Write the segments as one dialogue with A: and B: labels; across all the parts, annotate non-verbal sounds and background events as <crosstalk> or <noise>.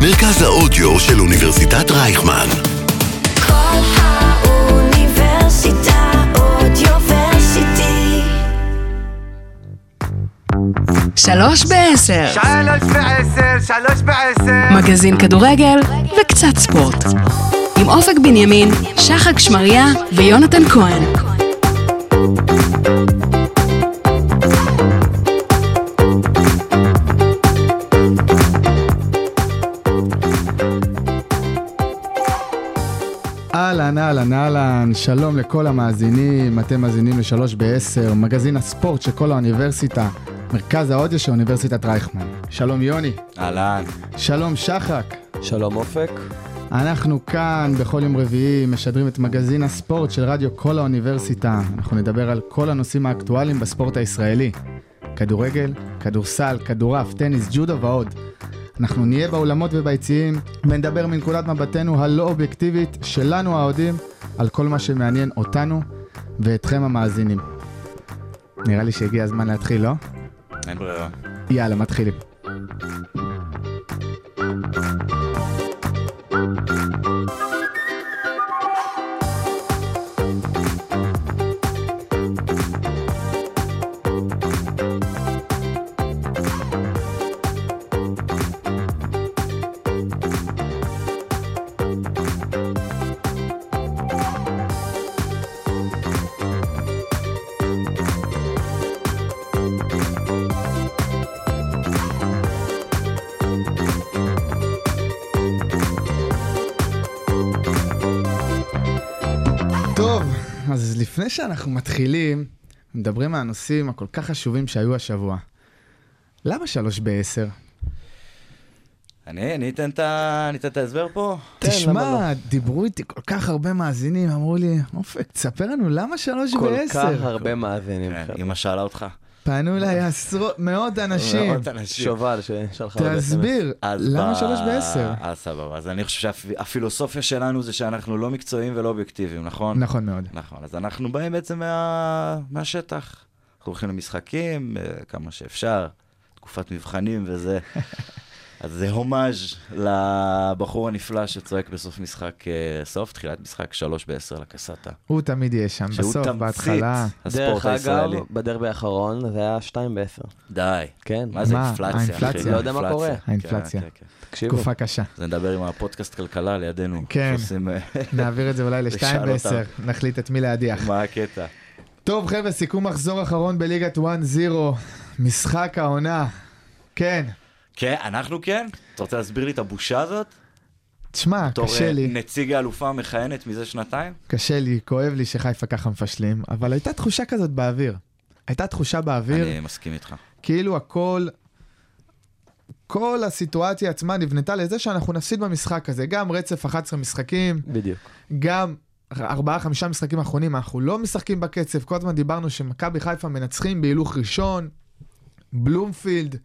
A: מרכז האודיו של אוניברסיטת רייכמן.
B: כל האוניברסיטה אודיוורסיטי.
C: שלוש בעשר,
D: שלוש בעשר, שלוש בעשר.
C: מגזין כדורגל וקצת ספורט. עם אופק בנימין, שחק שמריה ויונתן כהן.
E: אהלן, אהלן, אהלן, שלום לכל המאזינים, אתם מאזינים לשלוש בעשר, מגזין הספורט של כל האוניברסיטה, מרכז האודיו של אוניברסיטת רייכמן. שלום יוני,
F: אהלן.
E: שלום שחק.
F: שלום אופק.
E: אנחנו כאן בכל יום רביעי משדרים את מגזין הספורט של רדיו כל האוניברסיטה. אנחנו נדבר על כל הנושאים האקטואליים בספורט הישראלי. כדורגל, כדורסל, כדורעף, טניס, ג'ודו ועוד. אנחנו נהיה באולמות וביציעים ונדבר מנקודת מבטנו הלא אובייקטיבית שלנו האוהדים על כל מה שמעניין אותנו ואתכם המאזינים. נראה לי שהגיע הזמן להתחיל, לא?
F: אין ברירה.
E: יאללה, מתחילים. טוב, אז לפני שאנחנו מתחילים, מדברים על הנושאים הכל כך חשובים שהיו השבוע. למה שלוש בעשר?
G: כן,
F: אני, אני אתן את ה- אני אתן את ההסבר פה?
E: תשמע,
G: לא?
E: דיברו איתי כל כך הרבה מאזינים, אמרו לי, אופק, תספר לנו למה שלוש
G: כל כך
E: בעשר?
G: הרבה מאזינים.
F: כן,
G: חבר'ה.
F: אמא שאלה אותך.
E: פנו אליי עשרות, מאות אנשים.
F: מאות אנשים.
G: שובל ששלחה הרבה
E: תסביר,
F: אז
E: למה
F: ב-
E: שלוש בעשר?
F: אז סבבה. אז אני חושב שהפילוסופיה שלנו זה שאנחנו לא מקצועיים ולא אובייקטיביים, נכון?
E: נכון מאוד.
F: נכון. אז אנחנו באים בעצם מה- מהשטח. אנחנו הולכים למשחקים אה, כמה שאפשר, תקופת מבחנים
E: <laughs>
F: וזה. אז זה הומאז' לבחור הנפלא שצועק בסוף משחק אה, סוף, תחילת משחק שלוש בעשר לקסטה.
E: הוא תמיד יהיה שם, בסוף, בהתחלה.
F: הספורט
G: דרך אגב,
F: הישראלי.
G: בדרבי האחרון זה היה 2 ב-10.
F: די.
G: כן.
F: מה זה
E: מה?
F: אינפלציה?
E: האינפלציה.
F: אחי?
E: לא
G: יודע מה
F: אינפלציה.
G: קורה.
F: כן,
E: האינפלציה.
F: כן, כן.
G: תקשיבו.
E: תקופה קשה.
F: אז נדבר עם הפודקאסט כלכלה לידינו.
E: כן.
F: שעושים, אה, <laughs>
E: נעביר את זה אולי לשתיים
F: תשאל
E: בעשר, נחליט את מי להדיח.
F: מה הקטע?
E: טוב חבר'ה, סיכום מחזור אחרון בליגת 1-0, משחק העונה. כן,
F: כן, אנחנו כן? אתה רוצה להסביר לי את הבושה הזאת?
E: תשמע,
F: בתור,
E: קשה
F: אה,
E: לי,
F: נציג האלופה המכהנת מזה שנתיים?
E: קשה לי, כואב לי שחיפה ככה מפשלים, אבל הייתה תחושה כזאת באוויר. הייתה תחושה באוויר,
F: אני מסכים איתך.
E: כאילו הכל, כל הסיטואציה עצמה נבנתה לזה שאנחנו נפסיד במשחק הזה. גם רצף 11 משחקים,
G: בדיוק.
E: גם ארבעה, חמישה משחקים האחרונים, אנחנו לא משחקים בקצב. כל הזמן דיברנו שמכבי חיפה מנצחים בהילוך ראשון, בלומפילד,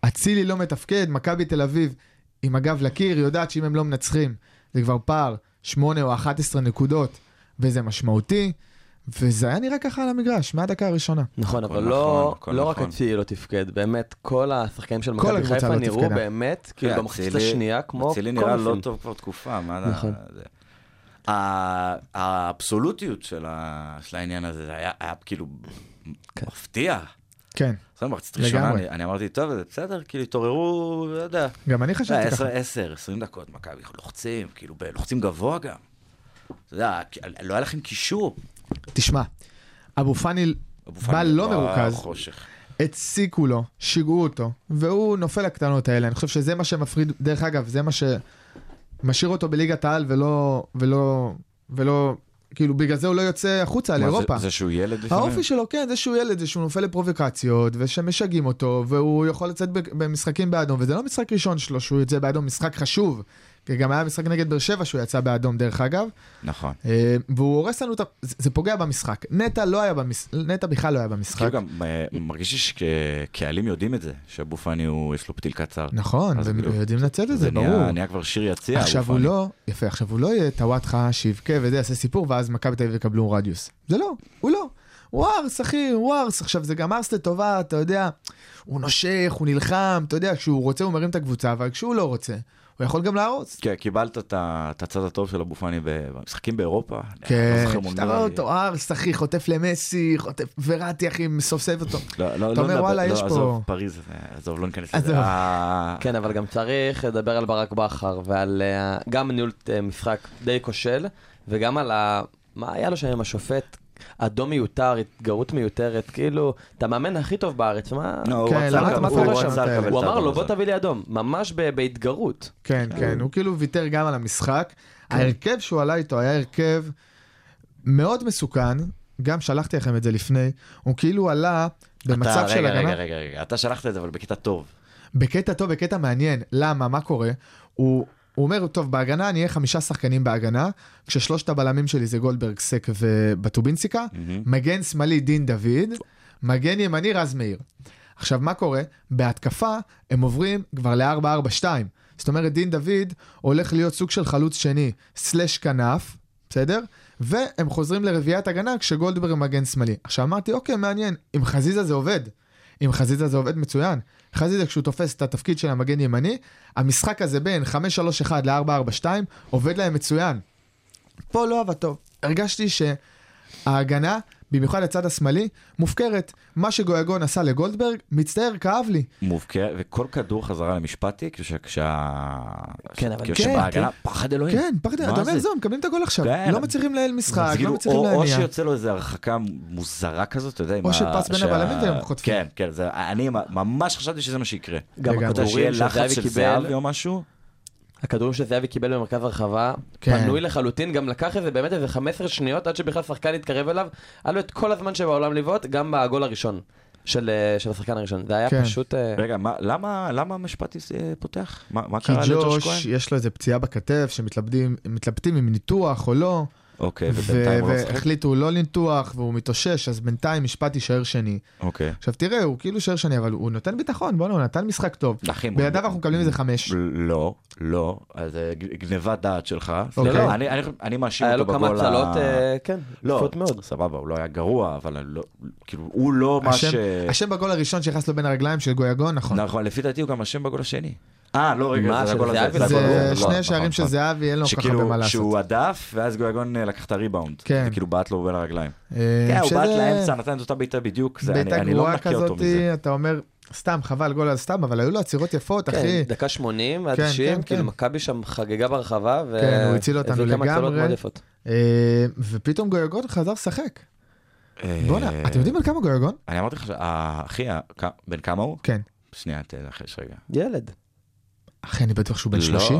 E: אצילי לא מתפקד, מכבי תל אביב עם הגב לקיר, יודעת שאם הם לא מנצחים, זה כבר פער 8 או 11 נקודות, וזה משמעותי. וזה היה נראה ככה על המגרש, מהדקה הראשונה.
G: נכון,
F: הכל
G: אבל
F: נכון,
G: לא
F: הכל
G: לא רק
F: נכון.
G: אצילי לא תפקד, באמת, כל השחקנים של
E: כל
G: מכבי
E: הקבוצה לא
G: חיפה נראו
E: תפקדה.
G: באמת, כאילו
F: כן,
G: במחצית
F: אצילי-
G: השנייה, כמו
F: אצילי נראה לא
G: קורפים.
F: טוב כבר תקופה, מה זה...
G: נכון.
F: זה- ה- האבסולוטיות של ה- של העניין הזה, זה היה היה כאילו מפתיע.
E: כן,
F: בסדר, במחצית ראשונה,
E: לגמרי.
F: אני, אני אמרתי, טוב, זה בסדר, כאילו, התעוררו, לא יודע.
E: גם אני
F: אתה יודע,
E: חשבתי ככה.
F: 10, 10, 20 דקות, מכבי לוחצים, כאילו, ב- לוחצים גבוה גם. אתה יודע, כי- לא היה לכם קישור.
E: תשמע, אבו פאני
F: אבו
E: בא
F: פאני
E: לא
F: כבר
E: מרוכז,
F: חושך.
E: הציקו לו, שיגעו אותו, והוא נופל לקטנות האלה. אני חושב שזה מה שמפריד, דרך אגב, זה מה שמשאיר אותו בליגת העל ולא, ולא, ולא, כאילו בגלל זה הוא לא יוצא החוצה לאירופה.
F: זה שהוא ילד לפעמים?
E: האופי שלו, כן, זה שהוא ילד, זה שהוא נופל לפרובוקציות, ושמשגעים אותו, והוא יכול לצאת ב- במשחקים באדום, וזה לא משחק ראשון שלו שהוא יוצא באדום, משחק חשוב. כי גם היה משחק נגד באר שבע שהוא יצא באדום, דרך אגב.
F: נכון.
E: אה, והוא הורס לנו את ה... זה זה פוגע במשחק. נטע לא היה במשחק, נטע בכלל לא היה במשחק.
F: כאילו גם אה, מרגיש לי שקהלים יודעים את זה, שאבו פאני, הוא- יש לו פתיל קצר.
E: נכון,
F: אז
E: והם
F: בדיוק.
E: יודעים לצאת את זה,
F: זה נהיה-
E: ברור.
F: נהיה כבר שיר יציע, אבו
E: עכשיו הוא
F: פאני.
E: לא, יפה, עכשיו הוא לא יהיה טוואטחה שיבכה וזה יעשה סיפור, ואז מכבי תל אביב יקבלו רדיוס. זה לא, הוא לא. ווארס, אחי, ווארס. עכשיו, זה גם ארס לטובה, אתה יודע, הוא נושך, הוא נלחם, אתה יודע, כשהוא רוצה הוא מרים את הקבוצה, אבל כשהוא לא רוצה, הוא יכול גם להרוס.
F: כן, קיבלת את ה- את הצד הטוב של אבו פאני ב- במשחקים באירופה. אני לא
E: כן,
F: זוכר מול
E: כשאתה
F: מי
E: רואה
F: היה לי.
E: אותו, ארס, אחי, חוטף למסי, חוטף וראטי, אחי, מסבסב אותו.
F: לא, לא,
E: אתה
F: לא
E: אומר,
F: נדבר-
E: "וואלה,
F: לא,
E: יש פה-"
F: עזוב, פריז, אה, עזוב, לא ניכנס לזה.
E: עזוב.
F: אה,
G: כן, אבל גם צריך לדבר על ברק בכר ועל אה, גם ניהול אה, משחק די כושל, וגם על ה... מה היה לו שם עם השופט? אדום מיותר, התגרות מיותרת, כאילו, אתה המאמן הכי טוב בארץ, מה...
F: לא, הוא
E: כן,
F: רצה
E: למה-
F: לקבל-
E: מה
F: הוא
E: קרה שם?
F: רצה לקבל
G: הוא
F: את
G: אמר לו,
F: האדום
G: בוא
F: הזה.
G: תביא לי אדום, ממש ב- בהתגרות.
E: כן, כן, הוא כאילו ויתר גם על המשחק.
F: כן.
E: ההרכב שהוא עלה איתו היה הרכב מאוד מסוכן, גם שלחתי לכם את זה לפני, הוא כאילו עלה במצב
F: אתה-
E: של
F: רגע,
E: הגנה.
F: רגע, רגע, רגע, אתה שלחת את זה, אבל בקטע טוב.
E: בקטע טוב, בקטע מעניין. למה? מה קורה? הוא, הוא אומר, טוב, בהגנה אני אהיה חמישה שחקנים בהגנה, כששלושת הבלמים שלי זה גולדברג, סק ובטובינסיקה, מגן שמאלי דין דוד, מגן ימני רז מאיר. עכשיו, מה קורה? בהתקפה הם עוברים כבר ל-4-4-2. זאת אומרת, דין דוד הולך להיות סוג של חלוץ שני, סלש כנף, בסדר? והם חוזרים לרביעיית הגנה כשגולדברג מגן שמאלי. עכשיו אמרתי, אוקיי, מעניין, עם חזיזה זה עובד. עם חזיזה זה עובד מצוין. חזיזה כשהוא תופס את התפקיד של המגן ימני, המשחק הזה בין 5-3-1 ל-4-4-2 עובד להם מצוין. פה לא עבד טוב. הרגשתי שההגנה, במיוחד הצד השמאלי, מופקרת. מה שגויגון עשה לגולדברג, מצטער, כאב לי.
F: מובקר, וכל כדור חזרה למשפטי, כש- כשה...
G: כן, אבל-
F: כשבהגנה, פחד אלוהים.
E: כן, פחד,
F: מה
E: אתה אומר,
F: זה?
E: זהו, מקבלים את הגול עכשיו.
F: כן.
E: לא מצליחים לנהל
F: אז
E: משחק, לא
F: כאילו,
E: מצליחים
F: או- או
E: להניע.
F: שיוצא לו איזו הרחקה מוזרה כזאת, אתה יודע, עם
E: או
F: ה-
E: שפס בין
F: שה-
E: הבלמים והם חוטפים.
F: כן, כן, זה- אני ממש חשבתי שזה מה שיקרה.
G: גם
E: לגמרי.
F: אתה יודע, שיהיה
G: הכדורים
F: לחץ
G: שזהבי
F: של
G: קיבל,
F: זהבי או משהו?
G: הכדורים שזהבי קיבל במרכז הרחבה,
E: כן.
G: פנוי לחלוטין, גם לקח איזה באמת איזה 15 שניות עד שבכלל שחקן התקרב אליו, היה לו את כל הזמן שבעולם לבעוט, גם בגול הראשון של אה, של השחקן הראשון. זה היה
E: כן.
G: פשוט... אה,
F: רגע, מה- למה למה משפטי אה, פותח? מה מה
E: כי
F: קרה לג'וש
E: ג'וש,
F: כהן?
E: יש לו איזה פציעה בכתף, שמתלבטים מתלבטים אם ניתוח או לא.
F: אוקיי, ובינתיים
E: ו-
F: הוא לא משחק?
E: והחליטו לא לנתוח והוא מתאושש, אז בינתיים משפט יישאר שני.
F: אוקיי.
E: עכשיו תראה, הוא כאילו יישאר שני, אבל הוא נותן ביטחון, בוא'נה, הוא נתן משחק טוב.
F: אחי,
E: בידיו אנחנו מקבלים איזה חמש.
F: לא, לא, אז אה, ג- גניבת דעת שלך.
E: אוקיי.
F: לא, אני- אני- אני מאשים
G: היה
F: אותו
G: לו
F: בגול ה...
G: כמה הצלות, אה, כן,
F: לא,
G: יפות מאוד.
F: סבבה, הוא לא היה גרוע, אבל אני לא, כאילו, הוא לא מה ש...
E: השם- השם בגול הראשון שנכנס לו בין הרגליים של גויגון, נכון.
F: נכון, לפי דעתי הוא גם אשם בגול השני. אה, לא, רגע,
G: מה,
F: זה
G: של
F: הגול
G: זהבי?
F: הזה. הגול הזה,
E: זה
F: נכון,
E: שני השערים
F: נכון,
E: של
F: נכון.
E: זהבי, אין לו כל כך הרבה מה
F: שכאילו,
E: לעשות.
F: שהוא הדף, ואז גויגון אה, לקח את הריבאונד.
E: כן.
F: וכאילו בעט לו בין הרגליים.
E: אה,
F: כן, הוא
E: שזה
F: בעט לאמצע, נתן את אותה בעיטה בדיוק, זה- אני
E: בעיטה
F: אני לא
E: גרועה
F: מנקה אותו
E: כזאת,
F: מזה.
E: אתה אומר, סתם חבל גול על סתם, אבל היו לו עצירות יפות,
G: כן,
E: אחי.
G: דקה 80 עד
E: כן,
G: 90,
E: כן,
G: כאילו
E: כן.
G: מכבי שם חגגה ברחבה, ו...
E: כן, הוא הציל אותנו
G: הביא כמה הצלות
E: לגמרי.
G: מאוד יפות.
E: אה, ופתאום גויגון חזר לשחק.
F: אה,
E: בואנה, אתם יודעים על כמה גויגון?
F: אני אמרתי לך, ש- אה, אחי, אה, כ- בן כמה הוא?
E: כן.
F: שנייה, תנחש רגע.
G: ילד.
E: אחי, אני בטוח שהוא בן
F: לא.
E: 30.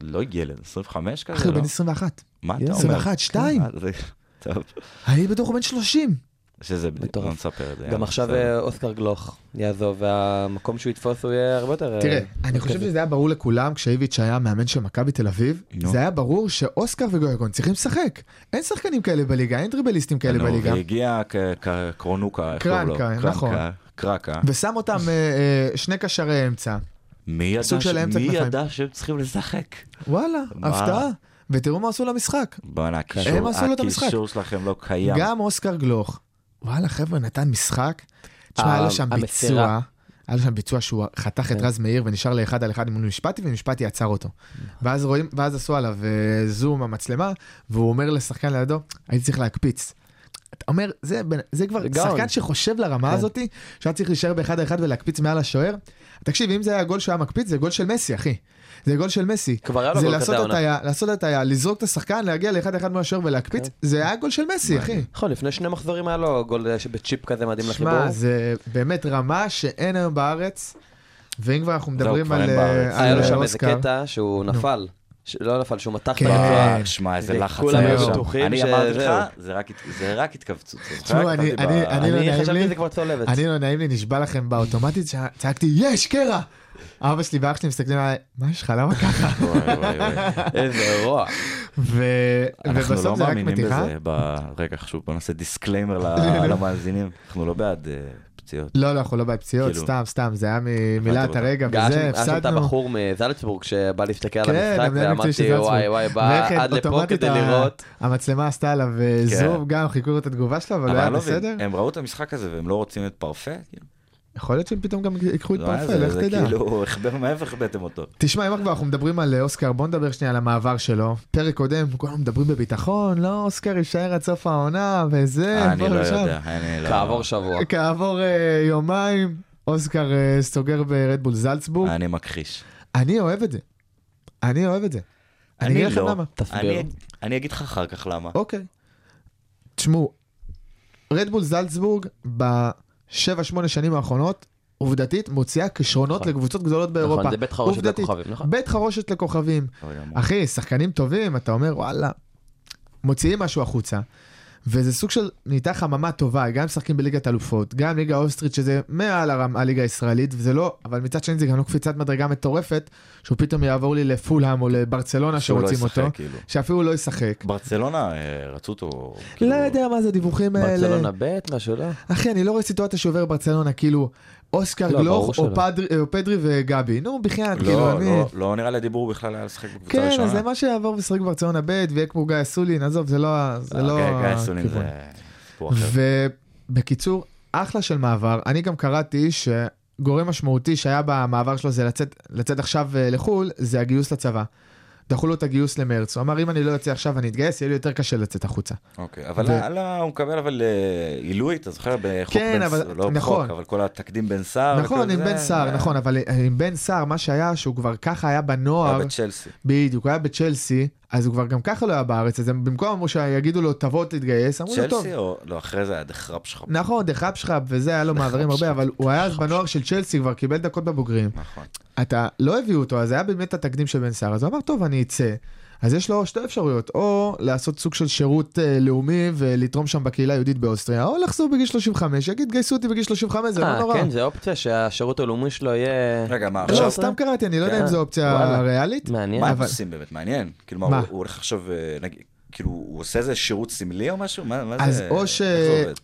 F: לא ילד, 25 כזה,
E: אחי, הוא
F: לא?
E: בן 21.
F: מה אתה אומר?
E: 21, שתיים.
F: אה, זה- <laughs> טוב.
E: אני בטוח הוא בן 30.
F: אה, שזה, בדיוק,
G: מטורף.
F: לא נספר את זה.
G: גם
F: יאללה,
G: עכשיו
F: בסדר.
G: אה, אוסקר גלוך יעזוב, והמקום שהוא יתפוס הוא יהיה הרבה יותר... אה,
E: תראה,
F: אוקיי.
E: אני
G: מרכזי.
E: חושב שזה היה ברור לכולם כשאיביץ' היה מאמן של מכבי תל אביב,
F: נו.
E: זה היה ברור שאוסקר וגויגון צריכים לשחק. אין שחקנים כאלה בליגה, אין דריבליסטים כאלה
F: נו,
E: בליגה.
F: כן, והגיע כ- כ- קרונוקה, איך קוראים לו?
E: כן, קרנקה, נכון.
F: קרקה.
E: ושם אותם אה, אה, שני קשרי אמצע.
F: מי ידע
E: סוג של
F: ש-
E: אמצע
F: מי
E: כנפיים.
F: ידע שהם צריכים לשחק?
E: וואלה,
F: מה?
E: הפתעה. ותראו מה עשו למשחק.
F: בואנה,
E: הם
F: הקישור
E: עשו לו את המשחק.
F: הקישור שלכם לא קיים.
E: גם אוסקר גלוך. וואלה, חבר'ה, נתן משחק. תשמע, היה לו שם ביצוע.
G: אה, המסירה.
E: היה לו שם ביצוע שהוא חתך את
G: כן.
E: רז מאיר ונשאר לאחד על אחד מול משפטי, ומשפטי עצר אותו. ואז רואים, ואז עשו עליו אה, זום המצלמה, והוא אומר לשחקן לידו, הייתי צריך להקפיץ. אתה אומר, זה, בן- זה כבר
G: זה גאון. כן.
E: שחקן שחושב לרמה הזאתי, שהיה צריך להישאר באחד על אחד ולהקפיץ מעל השוער. תקשיב, אם זה היה גול שהיה מקפיץ, זה גול של מסי, אחי. זה גול של מסי.
G: כבר היה לו
E: זה
G: גול לא?
E: לעשות
G: כזה העונה.
E: הטעיה, לעשות הטעיה, לזרוק את השחקן, להגיע לאחד אחד מול השוער
G: כן.
E: ולהקפיץ, זה היה גול של מסי, אחי.
G: נכון, לפני שני מחזורים היה לו גול אה, שבצ'יפ כזה מדהים לחיבור.
E: שמע, זה באמת רמה שאין היום בארץ, ואם כבר אנחנו מדברים
F: כבר
E: על
F: אין
E: אה,
F: בארץ.
E: על
G: היה לו שם איזה
E: אוסקר,
G: קטע שהוא נפל. ש- לא נפל, שהוא מתח את
E: כן.
G: הרצועה.
F: אה, שמע, איזה
G: זה
F: לחץ
G: כולם
F: היה
E: היו
F: שם.
G: בטוחים
F: אני
G: ש-
F: אמרתי
G: זהו.
F: לך, זה רק הת- זה רק התכווצות. אתה זוכר?
E: תשמעו, אני-
F: כתבתי ב-
E: אני לא
G: אני
E: נעים
G: חשבתי
E: לי.
G: שזה כבר צולבת.
E: אני לא נעים לי, נשבע לכם באוטומטית, ש- צעקתי, יש, קרע! אבא שלי ואח שלי מסתכלים עליי, מה יש לך, למה ככה?
F: אה, וואי, וואי, וואי.
G: איזה רוע.
E: ו-
F: אנחנו לא
E: ובסוף זה רק
F: מאמינים
E: מתיחה. <laughs>
F: <laughs> בזה. ב- רגע, חשוב, בוא נעשה דיסקליימר ל- למאזינים. אנחנו לא בעד אה, פציעות.
E: לא, לא, אנחנו לא בפציעות,
F: כאילו.
E: סתם, סתם, זה היה ממילת
F: אותו.
E: הרגע,
G: גם
E: וזה,
G: היה שם את
E: הפסדנו.
G: הבחור מזלצבורג שבא להסתכל על
E: כן,
G: המשחק,
E: המנהל המקצועי של
G: ואמרתי
E: זלצבורג.
G: וואי וואי, בא
E: ואיך
G: עד לפה
E: אוטומטית
G: כדי
E: ה- לא,
G: לראות.
E: המצלמה עשתה עליו אה,
F: כן.
E: זום, גם חיכו את התגובה שלו, אבל הוא
F: אבל
E: היה
F: אני לא מבין,
E: בסדר.
F: הם ראו את המשחק הזה והם לא רוצים את פרפה? כאילו,
E: יכול להיות שהם פתאום גם ייקחו את
F: לא היה
E: פרפל,
F: זה-
E: איך
F: זה
E: תדע. אה,
F: כאילו, החבר- מאיפה החבאתם אותו?
E: תשמע, אם כבר אנחנו מדברים על אה, אוסקר, בוא נדבר שנייה על המעבר שלו. פרק קודם, כולנו מדברים בביטחון, לא, אוסקר יישאר עד סוף העונה, וזה,
F: אה, אני
E: פה
F: לא
E: ושם.
F: יודע, אני לא...
G: כעבור שבוע.
E: כעבור אה, יומיים, אוסקר אה, סוגר ברדבול זלצבורג.
F: אני מכחיש.
E: אני אוהב את זה. אני אוהב את זה. אני
F: אני
E: אגיד לכם
F: לא.
E: למה.
G: תסביר.
F: אני- אני אגיד לך אחר כך למה.
E: אוקיי. תשמעו, רדבול זלצבורג בשבע, שמונה שנים האחרונות, עובדתית, מוציאה כישרונות
G: נכון.
E: לקבוצות גדולות באירופה.
G: נכון, זה בית חרושת
E: עובדתית.
G: לכוכבים, נכון.
E: בית חרושת לכוכבים.
F: אבל אמרו,
E: אחי, שחקנים טובים, אתה אומר, וואלה, מוציאים משהו החוצה. וזה סוג של נהייתה חממה טובה, גם משחקים בליגת אלופות, גם ליגה אוסטרית שזה מעל הרם, הליגה הישראלית, וזה לא, אבל מצד שני זה גם לא קפיצת מדרגה מטורפת, שהוא פתאום יעבור לי לפולהאם או לברצלונה
F: שהוא לא
E: שרוצים
F: ישחק,
E: אותו,
F: כאילו.
E: שאפילו לא ישחק.
F: ברצלונה, אה, רצו אותו... כאילו,
E: לא יודע מה זה הדיווחים האלה.
G: ברצלונה ב', משהו לא?
E: אחי, אני לא רואה סיטואציה שעובר ברצלונה, כאילו, אוסקר
G: לא, ברור
E: גלוך
G: שלא.
E: או פדרי- אה, או פדרי וגבי, נו, בחייאת, כאילו,
F: לא,
E: אני...
F: לא- לא נראה לי הדיבור בכלל היה לשחק בקבוצה
E: כן,
F: הראשונה.
E: אז למה שיעבור וישחק ברצלונה ב' ויהיה כמו גיא סולין, עזוב, זה לא ה- זה לא
F: אה, גיא- אוקיי, גיא סולין
E: הכיוון.
F: זה סיפור אחר.
E: ובקיצור, אחלה של מעבר. אני גם קראתי שגורם משמעותי שהיה במעבר שלו זה לצאת, לצאת עכשיו אה, לחו"ל, זה הגיוס לצבא. דחו לו את הגיוס למרץ. הוא אמר, אם אני לא יוצא עכשיו אני אתגייס, יהיה לי יותר קשה לצאת החוצה.
F: אוקיי, אבל
E: ו-
F: הלאה, הוא מקבל אבל אה, עילוי, אתה זוכר? בחוק
E: כן,
F: בן
E: אבל-
F: סער, לא
E: נכון.
F: חוק, אבל כל התקדים בן סער.
E: נכון,
F: וכל
E: עם
F: זה,
E: בן סער,
F: אה,
E: נכון, אבל אה, עם בן סער, מה שהיה, שהוא כבר ככה היה
F: היה
E: בנוער,
F: בצ'לסי.
E: בדיוק, הוא היה בצ'לסי, אז הוא כבר גם ככה לא היה בארץ, אז הם במקום אמרו שיגידו לו, תבוא תתגייס, אמרו לו, טוב.
F: צ'לסי או... לא, אחרי זה היה דחרפ שלך.
E: נכון, דחפשחפ וזה, היה לו
F: נכון,
E: מעברים הרבה, אבל הוא היה אז בנוער של צ'לסי, כבר קיבל דקות בבוגרים.
F: נכון.
E: אתה לא הביאו אותו, אז היה באמת התקדים של בן סער, אז הוא אמר, טוב, אני אצא. אז יש לו שתי אפשרויות, או לעשות סוג של שירות אה, לאומי ולתרום שם בקהילה היהודית באוסטריה, או לחזור בגיל 35, יגיד, גייסו אותי בגיל 35, זה לא
G: אה,
E: נורא.
G: כן, זה אופציה שהשירות הלאומי שלו יהיה...
F: רגע, מה
E: לא,
F: עכשיו?
E: סתם קראתי, אני לא יודע
G: כן.
E: אם זו אופציה
G: וואלה.
E: ריאלית.
G: מעניין.
F: מה הם
E: אבל-
F: עושים באמת? מעניין. כאילו, מה,
E: מה?
F: הוא- הוא הולך עכשיו, אה, נגיד, כאילו, הוא עושה איזה שירות סמלי או משהו? מה מה זה?
E: אז או
F: איך
E: ש-
F: זה עובד?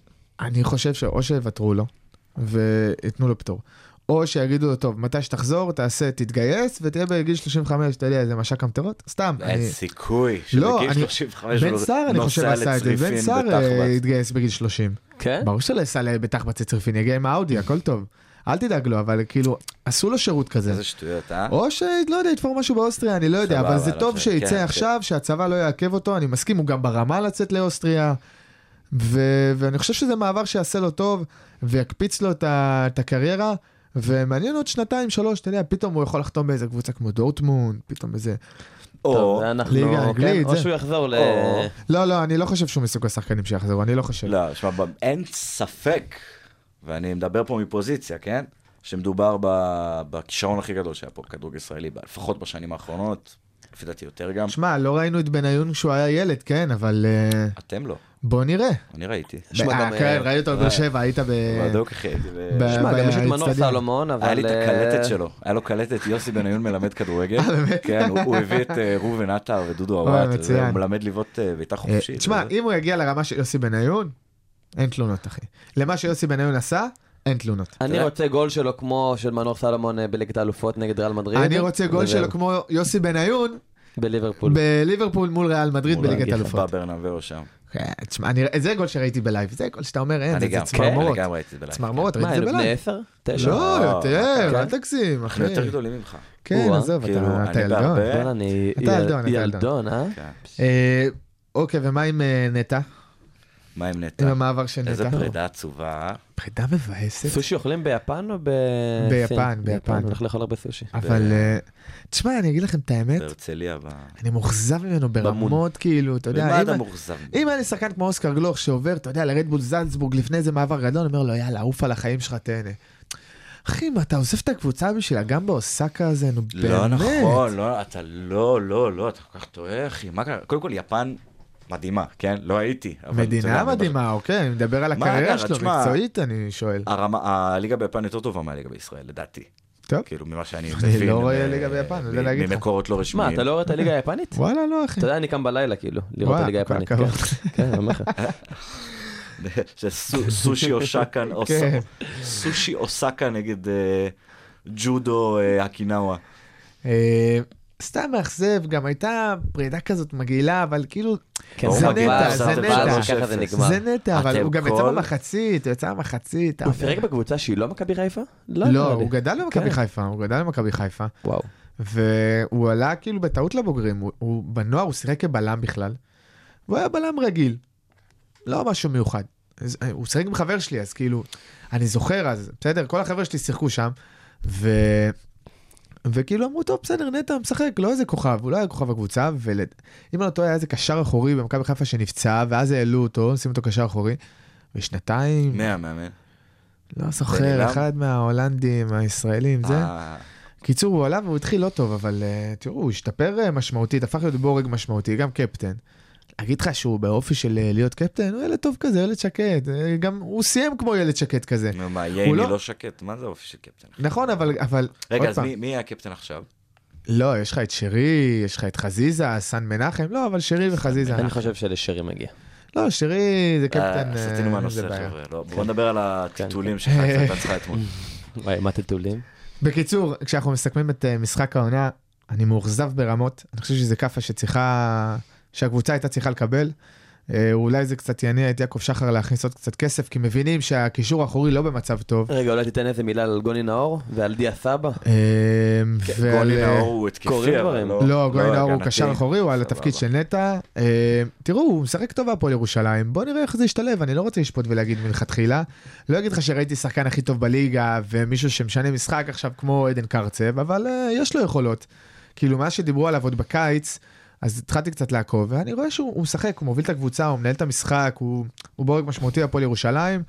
E: אני חושב שאו שיוותרו לו וייתנו לו פטור, או שיגידו לו, טוב, מתי שתחזור, תעשה, תתגייס, ותהיה בגיל 35, אתה יודע, איזה משק המטרות, סתם. אני-
F: אין סיכוי
E: לא,
F: שבגיל
E: אני-
F: 35
E: בן
F: הוא
E: סער, אני חושב,
F: נוסע
E: עשה את זה, בן
F: לצריפין
E: סער אה,
F: בתחב"צ. אה?
E: התגייס בגיל 30.
G: כן?
E: ברור שלא ייסע לבטח בצצרפין, יגיע עם האאודי, הכל טוב. אל תדאג לו, אבל כאילו, עשו לו שירות כזה.
F: איזה שטויות, אה?
E: או שלא יודע, יתפור משהו באוסטריה, אני לא יודע,
F: סבבה,
E: אבל זה
F: לא
E: טוב
F: משנה, כן,
E: שיצא
F: כן.
E: עכשיו, שהצבא לא יעכב אותו, אני מסכים, הוא גם ברמה לצאת לאוסטריה, ו- ואני חושב שזה מעבר שיעשה לו טוב, ויקפיץ לו את ה- את הקריירה. ומעניין עוד שנתיים, שלוש, אתה יודע, פתאום הוא יכול לחתום באיזה קבוצה כמו דורטמונד, פתאום איזה...
G: טוב,
F: או...
G: זה אנחנו...
E: ליגה
G: כן,
E: אנגלית,
G: או
E: זה.
G: שהוא יחזור ל...
F: או.
E: לא, לא, אני לא חושב שהוא מסוג השחקנים שיחזרו, אני לא חושב.
F: לא, שמע, ב- אין ספק, ואני מדבר פה מפוזיציה, כן? שמדובר ב- בכישרון הכי גדול שהיה פה בכדורגל ישראלי, ב- לפחות בשנים האחרונות, לפי דעתי יותר גם.
E: שמע, לא ראינו את בניון כשהוא היה ילד, כן, אבל אה,
F: אתם לא, בוא.
E: בוא נראה.
F: אני ראיתי.
G: שמע, גם,
E: אה, כן,
G: אה,
E: ראיתי אותו בבאר שבע, היית ב...
F: בדוק אחי, הייתי ב-
E: ב-
G: שמע, גם יש את מנור
E: באצטדיון.
G: סלומון, אבל...
F: היה לי את
G: אה,
F: הקלטת שלו, היה לו קלטת, יוסי בניון מלמד כדורגל.
E: אה,
F: כן, הוא- הוא הביא את אה, ראובן עטר ודודו
E: אוי,
F: אוואט,
E: אה, מצוין.
F: הוא מלמד לבעוט אה, בעיטה
E: אה,
F: חופשית.
E: תשמע,
F: וזה.
E: אם הוא יגיע לרמה של יוסי בניון, אין תלונות, אחי. למה שיוסי בניון עשה, אין תלונות.
G: אני רוצה גול שלו כמו של מנור סלומון אה, בליגת האלופות נגד ריאל מדריד.
E: אני רוצה גול
G: וזהו.
E: שלו כמו יוסי בניון
G: בליברפול.
E: בליברפול מול ריאל מדריד
F: מול
E: בליגת
F: הגיחה
E: אלופות.
F: בברנבאו שם.
E: כן, תשמע, אני- זה גול שראיתי בלייב, זה גול שאתה אומר, אין,
F: אני
E: אה, זה
F: גם,
E: זה
F: כן, אני
E: צמרמורות.
F: גם ראיתי את זה בלייב.
E: צמרמורות,
G: מה,
E: ראיתי את זה
G: היינו בני
E: בלייב.
G: עשר? תשע?
E: לא,
F: לא,
E: יותר,
G: כן.
E: אל תגזים, אחי.
F: אנחנו יותר גדולים ממך.
E: כן,
G: או-אה.
E: עזוב,
F: כאילו,
E: אתה- אתה
F: אני
E: ילדון.
F: בהרבה-
G: גול, אני...
E: אתה ילדון, אתה
G: ילדון, אה?
F: כן.
E: אה, אוקיי, ומה עם אה, נטע?
F: מה עם נטע?
E: עם המעבר של נטע?
F: אה, איזה פרידה עצובה.
E: פרידה מבאסת.
G: סושי אוכלים ביפן או ב...
E: ביפן,
G: סין?
E: ביפן.
G: אני הולך לאכול הרבה סושי.
E: אבל אה, תשמע, אני אגיד לכם את האמת,
F: בהרצליה. ב-
E: אני מאוכזב ממנו ברמות, כאילו, אתה יודע,
F: במה
E: אם-
F: אתה מאוכזב?
E: אם היה לי שחקן כמו אוסקר גלוך שעובר, אתה יודע, לרדבול זלצבורג לפני איזה מעבר גדול, אני אומר לו, יאללה, עוף על החיים שלך, תהנה. אחי, מה, אתה עוזב את הקבוצה בשבילה, גם באוסקה הזה, נו באמת.
F: לא נכון, לא, אתה לא, לא, לא, אתה כל כך טועה, אחי. מה קרה? קודם כל, יפן מדהימה, כן? לא הייתי. אבל אתה יודע,
E: מדינה
F: אני-
E: מדהימה, אוקיי, אני מדבר על
F: מה,
E: הקריירה
F: יאללה,
E: שלו,
F: תשמע.
E: מקצועית, אני שואל.
F: הרמה- הליגה ביפן יותר טובה מהליגה בישראל, לדעתי.
E: טוב.
F: כאילו, ממה שאני
E: <laughs>
F: אה,
E: אני לא רואה ליגה ביפן, אני לא יודע להגיד לך.
F: ממקורות לא רשמיים.
G: מה, אתה
F: <laughs>
G: לא רואה את הליגה היפנית?
E: וואלה, לא, אחי.
G: אתה יודע, אני קם בלילה, כאילו, לראות את
E: וואי,
G: הליגה
E: כל <laughs>
G: היפנית.
E: הכבוד.
G: כן, כן, אני אומר לך.
F: שסושי אושקה,
E: <laughs> כן.
F: סושי אוסקה נגד אה, ג'ודו אה, הקינאווה.
E: אה, סתם מאכזב, גם הייתה פרידה כזאת מגעילה, אבל כאילו,
G: כן,
E: זה
G: הוא מגעיל,
E: נטע,
F: כאילו,
G: עשה
E: זה
G: את
E: נטע.
G: ואז ככה זה נגמר.
E: זה נטע, אבל
F: אתם
E: הוא גם יצא
F: כל-
E: במחצית, הוא יצא במחצית.
G: הוא
E: אבל-
G: פירק בקבוצה שהיא לא מכבי חיפה?
E: לא,
G: נראה לי.
E: הוא גדל במכבי
G: כן.
E: חיפה, הוא גדל במכבי חיפה,
G: וואו.
E: והוא עלה כאילו בטעות לבוגרים, הוא- הוא בנוער, הוא שיחק כבלם בכלל, והוא היה בלם רגיל, לא משהו מיוחד. אז, אה, הוא שיחק עם חבר שלי, אז כאילו, אני זוכר אז, בסדר, כל החבר'ה שלי שיחקו שם, ו... וכאילו אמרו, טוב, בסדר, נטע משחק, לא איזה כוכב, הוא לא היה כוכב הקבוצה, ואם אני לא טועה, היה איזה קשר אחורי במכבי חיפה שנפצע, ואז העלו אותו, שים אותו קשר אחורי, ושנתיים,
F: מי המאמן?
E: לא זוכר,
F: בן-אדם?
E: אחד מההולנדים, הישראלים, זה.
F: אה,
E: קיצור, הוא עלה והוא התחיל לא טוב, אבל אה, תראו, הוא השתפר אה, משמעותית, הפך להיות בורג משמעותי, גם קפטן. אגיד לך שהוא באופי של אה, להיות קפטן, הוא ילד טוב כזה, ילד שקט. אה, גם הוא סיים כמו ילד שקט כזה.
F: נו, מה, ייני
E: לא-
F: לא שקט? מה זה האופי של קפטן?
E: נכון, אבל... אבל
F: רגע,
E: עוד
F: אז
E: פעם.
F: מי- מי יהיה הקפטן עכשיו?
E: לא, יש לך את שרי, יש לך את חזיזה, סן מנחם, לא, אבל שרי וחזיזה.
G: אני חושב שלשרי מגיע.
E: לא, שרי זה קפטן...
F: אה,
E: אה,
F: סטינו
E: זה
F: מהנושא,
E: בעיה. כן,
F: חבר'ה. לא, בוא נדבר על הטיטולים שחיפה הייתה
E: <laughs>
F: צריכה אתמול.
G: וואי, מה טלטולים?
E: בקיצור, כשאנחנו מסכמים את אה, משחק העונה, אני מאוכזב ברמות, אני חושב שזה כאפה שצריכה, שהקבוצה הייתה צריכה לקבל. אה, אולי זה קצת יניע את יעקב שחר להכניס עוד קצת כסף, כי מבינים שהקישור האחורי לא במצב טוב.
G: רגע, אולי תיתן איזה מילה על גוני נאור ועל דיה סבא?
E: אה,
F: כן,
E: ועל-
F: גולי נאור הוא
G: קורים
F: התקפי, אבל
G: דברים.
F: לא...
E: לא, גולי נאור הוא
F: הגנתי.
E: קשר אחורי, הוא על
F: סבבה.
E: התפקיד של נטע. אה, תראו, הוא משחק טוב הפועל ירושלים, בוא נראה איך זה ישתלב, אני לא רוצה לשפוט ולהגיד מלכתחילה. לא אגיד לך שראיתי שחקן הכי טוב בליגה ומישהו שמשנה משחק עכשיו כמו עדן קרצב, אבל אה, יש לו יכולות. כאילו, מה שדיברו עליו עוד בקיץ, אז התחלתי קצת לעקוב, ואני רואה שהוא הוא משחק, הוא מוביל את הקבוצה, הוא מנהל את המשחק, הוא, הוא בורג משמעותי הפועל ירושלים.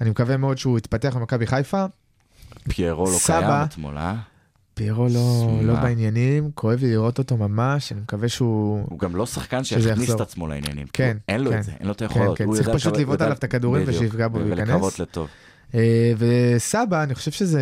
E: אני מקווה מאוד שהוא יתפתח במכבי חיפה.
F: פיירו לא
E: סבא.
F: קיים אתמול, אה?
E: פירו לא,
F: שמע.
E: לא בעניינים, כואב לי לראות אותו ממש, אני מקווה שהוא...
F: הוא גם לא שחקן
E: שזה
F: שיכניס את
E: יחזור.
F: עצמו לעניינים.
E: כן,
F: כאילו, אין לו
E: כן.
F: את זה, אין לו את
E: כן,
F: היכולות.
E: כן,
F: הוא
E: צריך
F: יודע
E: פשוט
F: לקבל-
E: לבעוט עליו את הכדורים
F: בדיוק,
E: ושיפגע בו
F: ולקוות
E: וייכנס.
F: לטוב.
E: אה, וסבא, אני חושב שזה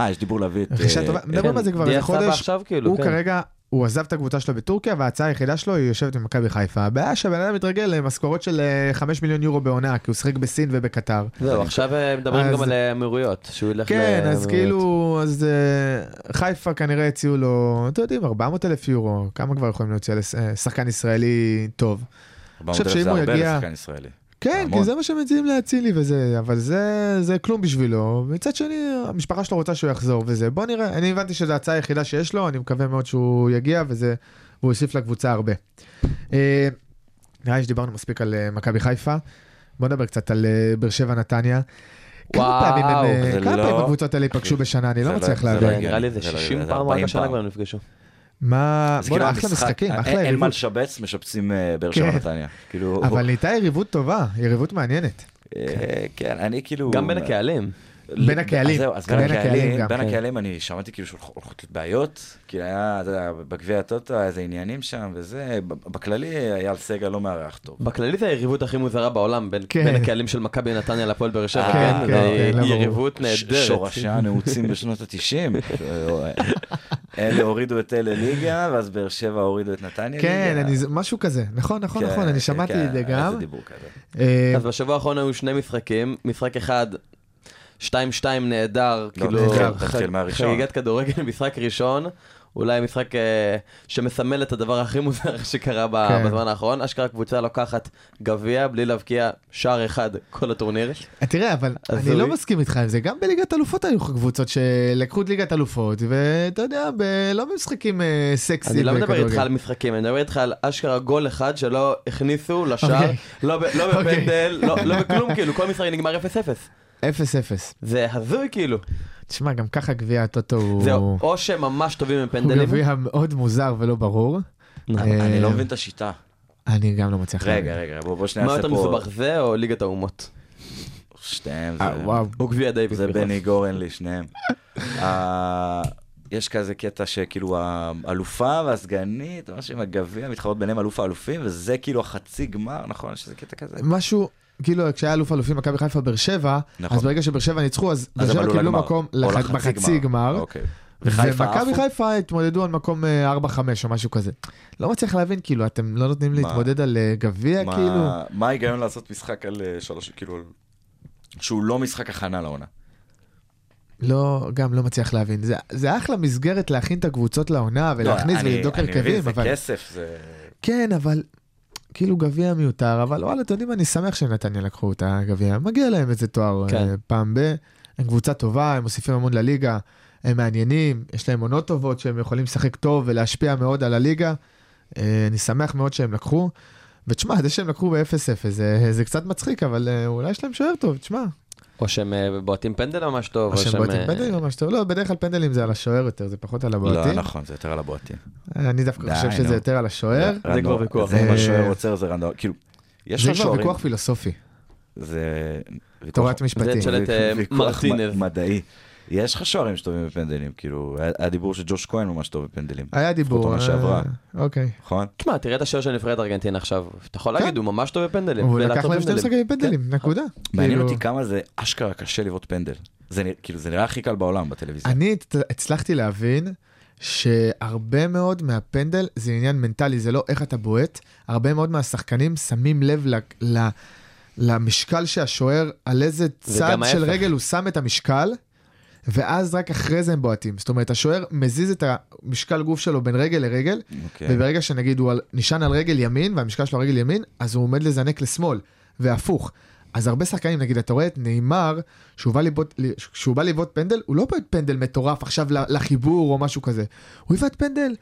F: אה, יש דיבור להביא את...
E: רכישה
F: אה,
E: טובה,
F: אה,
E: מדברים על זה כבר איזה
G: דיה כן. סבא
E: חודש,
G: עכשיו כאילו,
E: הוא
G: כן.
E: כרגע, הוא עזב את הקבוצה שלו בטורקיה וההצעה היחידה שלו היא יושבת במכבי חיפה. הבעיה שהבן אדם מתרגל למשכורות של אה, 5 מיליון יורו בעונה, כי הוא שיחק בסין ובקטר.
G: זהו, עכשיו אה, מדברים
E: אז-
G: גם על האמירויות, שהוא ילך
E: כן, אז
G: לאמירויות.
E: כאילו, אז אה, חיפה כנראה הציעו לו, אתם יודעים, 400 אלף יורו, כמה כבר יכולים להוציא על אה, שחקן ישראלי טוב.
F: 400,000
E: שאם
F: זה
E: הוא
F: הרבה
E: יגיע-
F: לשחקן ישראלי.
E: כן,
F: המון.
E: כי זה מה שמציעים להצילי וזה, אבל זה, זה כלום בשבילו. מצד שני, המשפחה שלו רוצה שהוא יחזור וזה. בוא נראה, אני הבנתי שזו ההצעה היחידה שיש לו, אני מקווה מאוד שהוא יגיע וזה, והוא יוסיף לקבוצה הרבה. אה, נראה לי שדיברנו מספיק על אה, מכבי חיפה. בוא נדבר קצת על אה, באר שבע נתניה. כמה
G: וואו,
E: פעמים, הם, אה,
F: זה
E: כמה
F: לא-
E: פעמים הקבוצות האלה ייפגשו
F: אחי,
E: בשנה? אני
F: זה
E: לא
F: לא-
E: מצליח
F: זה לא
E: להבין.
F: הגיוני.
G: כן, נראה לי איזה
F: זה לא-
G: 60
F: זה
G: פעם רק
F: 40
G: השנה
F: פעם.
G: כבר נפגשו.
E: מה,
F: אז כאילו
E: בוא'נה, אחלה
F: המשחק-
E: משחקים,
F: אין-
E: אחלה
F: אין מה
E: יריבות.
F: לשבץ, משבצים אה, באר שבע
E: כן.
F: נתניה. כאילו...
E: אבל נהייתה יריבות טובה, יריבות מעניינת.
F: אה, כן, אני כאילו...
G: גם בין הקהלים.
E: בין הקהלים,
F: אז זהו, אז
E: גם
F: בין
E: בין הקהלים
F: הקהלים,
E: גם,
F: בין
G: כן.
F: הקהלים אני שמעתי כאילו שהולכות להיות בעיות, כאילו היה, אתה יודע, בגביע הטוטו, איזה עניינים שם וזה, ב- בכללי אייל סגל לא מארח טוב.
G: בכללי זה היריבות הכי מוזרה בעולם, בין
E: כן.
G: בין הקהלים של מכבי נתניה להפועל באר שבע.
F: אה, כן,
G: כן, זה
E: כן, לא ברור.
G: יריבות
F: ש-
G: נהדרת.
F: שורשיה נעוצים בשנות
G: <laughs>
F: ה-90. אלה הורידו את אלה ליגה, ואז באר שבע הורידו את נתניה ליגה.
E: כן, אני- משהו כזה. נכון, נכון,
F: כן,
E: נכון,
F: כן,
E: אני שמעתי את זה
F: כן, היה
E: גם.
F: איזה דיבור כזה.
E: אה,
G: אז בשבוע האחרון היו שני משחקים, משחק אחד, 2-2 נהדר,
F: לא,
G: כאילו,
F: תתחיל,
G: ח-
F: תתחיל מהראשון.
G: חגיגת כדורגל, משחק ראשון, אולי משחק אה, שמסמל את הדבר הכי מוזר <laughs> שקרה ב-
E: כן.
G: בזמן האחרון, אשכרה קבוצה לוקחת גביע בלי להבקיע שער אחד כל הטורניר.
E: תראה, אבל
G: אז
E: אני
G: זוהי-
E: לא מסכים איתך עם זה, גם בליגת אלופות היו לך קבוצות שלקחו את ליגת אלופות, ואתה יודע, ב- לא במשחקים אה, סקסיים.
G: אני לא מדבר
E: בכדורגל.
G: איתך על משחקים, אני מדבר איתך על אשכרה גול אחד שלא הכניסו לשער,
E: אוקיי.
G: לא ב- לא
E: אוקיי.
G: בפנדל, לא- לא בכלום, כאילו, כל משחק נגמר 0-0.
E: 0-0.
G: זה הזוי כאילו.
E: תשמע, גם ככה גביע הטוטו הוא...
G: זהו, או שהם ממש טובים עם
E: הוא
G: פנדלים.
E: גביע מאוד מוזר ולא ברור.
F: אני לא
E: אה,
F: מבין את השיטה.
E: אני גם לא מצליח
F: רגע, רגע, בוא בוא שנייה
G: מה
F: נעשה
G: יותר
F: פה...
G: מסובך, זה או ליגת האומות?
F: שתיהם זה...
E: אה, וואו.
G: או גביע דיוויס.
F: זה
E: כן.
G: בכלל.
F: בני גורן לי, <laughs> שניהם. ה- יש כזה קטע שכאילו האלופה והסגנית, משהו עם הגביע, מתחרות ביניהם אלוף האלופים, וזה כאילו החצי גמר, נכון? שזה קטע כזה?
E: משהו, כאילו, כשהיה אלוף אלופים מכבי חיפה באר שבע,
F: נכון.
E: אז ברגע שבאר שבע ניצחו, אז
F: אז
E: באר
F: הם
E: שבע
F: עלו
E: קיבלו
F: לגמר.
E: כאילו מקום
F: או
E: לח-
F: לחצי
E: בחצי גמר,
F: אוקיי. וחיפה
E: ומכבי
F: עפו.
E: חיפה התמודדו על מקום אה, 4-5 או משהו כזה. לא מצליח להבין, כאילו, אתם לא נותנים להתמודד על אה, גביע,
F: מה-
E: כאילו?
F: מה ההיגיון לעשות משחק על אה, שלוש, כאילו, על- שהוא לא משחק הכנה לעונה?
E: לא, גם לא מצליח להבין. זה- זה אחלה מסגרת להכין את הקבוצות לעונה ולהכניס
F: לא, אני-
E: ולבדוק
F: אני מבין,
E: הרכבים, אבל...
F: זה כסף, זה...
E: כן, אבל... כאילו גביע מיותר, אבל וואלה, אתם יודעים, מה, אני שמח שנתניה לקחו את הגביע, מגיע להם איזה תואר
G: כן.
E: כן. פעם ב... הם קבוצה טובה, הם מוסיפים המון לליגה, הם מעניינים, יש להם עונות טובות שהם יכולים לשחק טוב ולהשפיע מאוד על הליגה. אה, אני שמח מאוד שהם לקחו, ותשמע, זה שהם לקחו ב-0-0 זה, זה קצת מצחיק, אבל אה, אולי יש להם שוער טוב, תשמע.
G: או שהם אה, בועטים פנדל ממש טוב,
E: או
G: או
E: שהם
G: שהם...
E: בועטים
G: אה,
E: פנדלים ממש טוב, לא, בדרך כלל פנדלים זה על השוער יותר, זה פחות על
F: לא,
E: הבועטים.
F: נכון, זה יותר על הבועטים.
E: אני דווקא
F: די,
E: חושב
F: נו.
E: שזה יותר על השוער.
G: זה כבר ויכוח.
F: לא, זה
E: אה,
F: מה שוער עוצר, זה רנדו. כאילו, יש
E: זה
F: לך
E: כבר
F: שוערים.
E: ויכוח פילוסופי,
F: זה... ויכוח-
E: תורת
G: זה
E: משפטים.
G: תשאל את,
F: זה
G: אה,
F: ויכוח
G: מרטינב.
F: מ- מדעי. יש לך שוערים שטובים בפנדלים, כאילו, היה- היה דיבור שג'וש כהן ממש טוב בפנדלים,
E: היה
F: לפחות
E: דיבור.
F: עונה
E: אה,
F: שעברה.
E: אוקיי.
F: נכון?
G: תשמע, תראה את השוער של נבחרת ארגנטינה עכשיו. אתה יכול
E: כן.
G: להגיד, הוא ממש טוב בפנדלים.
E: הוא
G: ולעצור
E: לקח להם שתי
G: פנדלים.
E: משחקים
G: כן.
E: בפנדלים, נקודה.
F: מעניין
E: כאילו,
F: אותי כמה זה אשכרה קשה לבעוט פנדל. זה נראה- כאילו, זה נראה הכי קל בעולם בטלוויזיה.
E: אני הצ- הצלחתי להבין שהרבה מאוד מהפנדל זה עניין מנטלי, זה לא איך אתה בועט. הרבה מאוד מהשחקנים שמים לב ל... ל- למשקל שהשוער, על איזה צד
G: וגם
E: של
G: ההפך.
E: רגל הוא שם את המשקל, ואז רק אחרי זה הם בועטים. זאת אומרת, השוער מזיז את המשקל גוף שלו בין רגל לרגל,
F: אוקיי.
E: וברגע שנגיד הוא על, נשען על רגל ימין והמשקל שלו על רגל ימין, אז הוא עומד לזנק לשמאל, והפוך. אז הרבה שחקנים, נגיד, אתה רואה את נאמר, שהוא בא לבעוט- כשהוא בא לבעוט פנדל, הוא לא בעט פנדל מטורף עכשיו ל- לחיבור או משהו כזה. הוא הבעט פנדל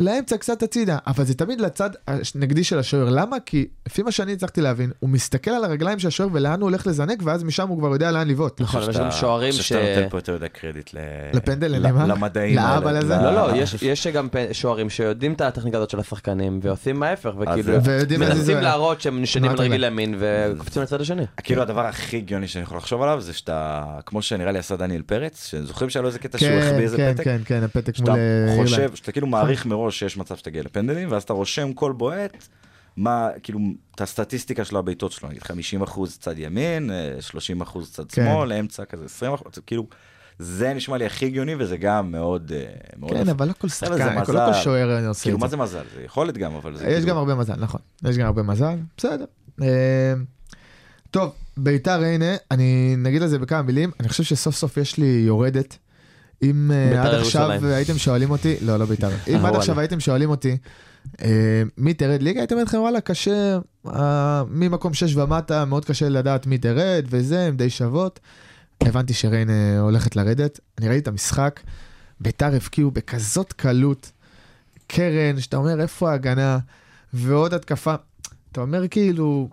E: לאמצע קצת הצידה, אבל זה תמיד לצד הנגדי של השוער. למה? כי לפי מה שאני הצלחתי להבין, הוא מסתכל על הרגליים של השוער ולאן הוא הולך לזנק, ואז משם הוא כבר יודע לאן לבעוט.
G: נכון, אבל יש גם
F: שאתה-
G: שוערים
F: אני
G: ש...
F: חושב שאתה נותן פה יותר מדי קרדיט ל...
E: לפנדל,
F: ל-
E: לנאמר?
F: למדעים האלה.
E: לאהבל הזה?
F: ל-
G: לא, לא, יש- יש גם פ- שוערים שיודעים את הטכניקה הזאת של השחקנים, ועושים ההפך, וכאילו...
F: זה-
E: ויודעים איזה
G: מנסים
E: זה...
G: להראות שהם נשענים על
E: תודה.
G: רגל ימין וקופצים לצד השני.
F: כאילו הדבר הכי הגיוני שאני יכול לחשוב עליו זה שאתה, כמו שנראה לי עשה דניאל פרץ, שזוכרים שהיה לו איזה קטע שהוא
E: כן,
F: החביא איזה
E: כן,
F: פתק?
E: כן, כן, הפתק מול...
F: שאתה
E: אה, אירלנד.
F: חושב, שאתה כאילו מעריך מראש שיש מצב שתגיע לפנדלים, ואז אתה רושם כל בועט, מה, כאילו, את הסטטיסטיקה של הבעיטות שלו, נגיד 50 אחוז צד ימין, אה, 30 אחוז צד
E: כן.
F: שמאל, אמצע כזה 20 אחוז, כאילו, זה נשמע לי הכי הגיוני וזה גם מאוד... אה, מאוד
E: כן,
F: יפה.
E: אבל לא כל
F: אבל זה
E: שחקן, לא כל
F: מזל.
E: שוער עושה
F: כאילו,
E: את זה.
F: מה זה מזל? זה יכולת גם, אבל זה
E: יש
F: כאילו-
E: גם הרבה מזל, נכון. יש גם הרבה מזל, בסדר. אה, טוב, ביתר, הנה, אני נגיד על זה בכמה מילים, אני חושב שסוף סוף יש לי יורדת. אם אה, עד
G: ביתר
E: עכשיו
G: ירושלים.
E: הייתם שואלים אותי, לא, לא ביתר, אם עד
G: וואלה.
E: עכשיו הייתם שואלים אותי, אה, מי תרד ליגה, הייתם אומרים לכם, וואלה, קשה, אה, ממקום 6 ומטה, מאוד קשה לדעת מי תרד, וזה, הם די שוות. הבנתי שריין אה, הולכת לרדת, אני ראיתי את המשחק, ביתר הבקיעו בכזאת קלות, קרן, שאתה אומר, איפה ההגנה, ועוד התקפה. אתה אומר, כאילו,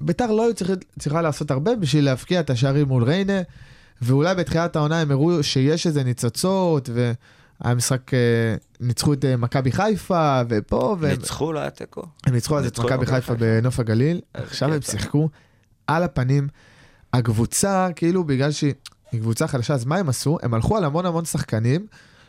E: ביתר לא היו צריכת- צריכה לעשות הרבה בשביל להבקיע את השערים מול ריינה, ואולי בתחילת העונה הם הראו שיש איזה ניצוצות, והיה משחק, אה, ניצחו את אה, מכבי חיפה, ופה, והם
F: ניצחו לא היה תיקו.
E: הם ניצחו אז את
F: ניצחו את
E: מכבי
F: מכבי
E: חיפה
F: חיפה.
E: בנוף הגליל,
F: איזה
E: עכשיו הם
F: קטע.
E: שיחקו על הפנים. הקבוצה, כאילו, בגלל שהיא היא קבוצה חדשה, אז מה הם עשו? הם הלכו על המון המון שחקנים,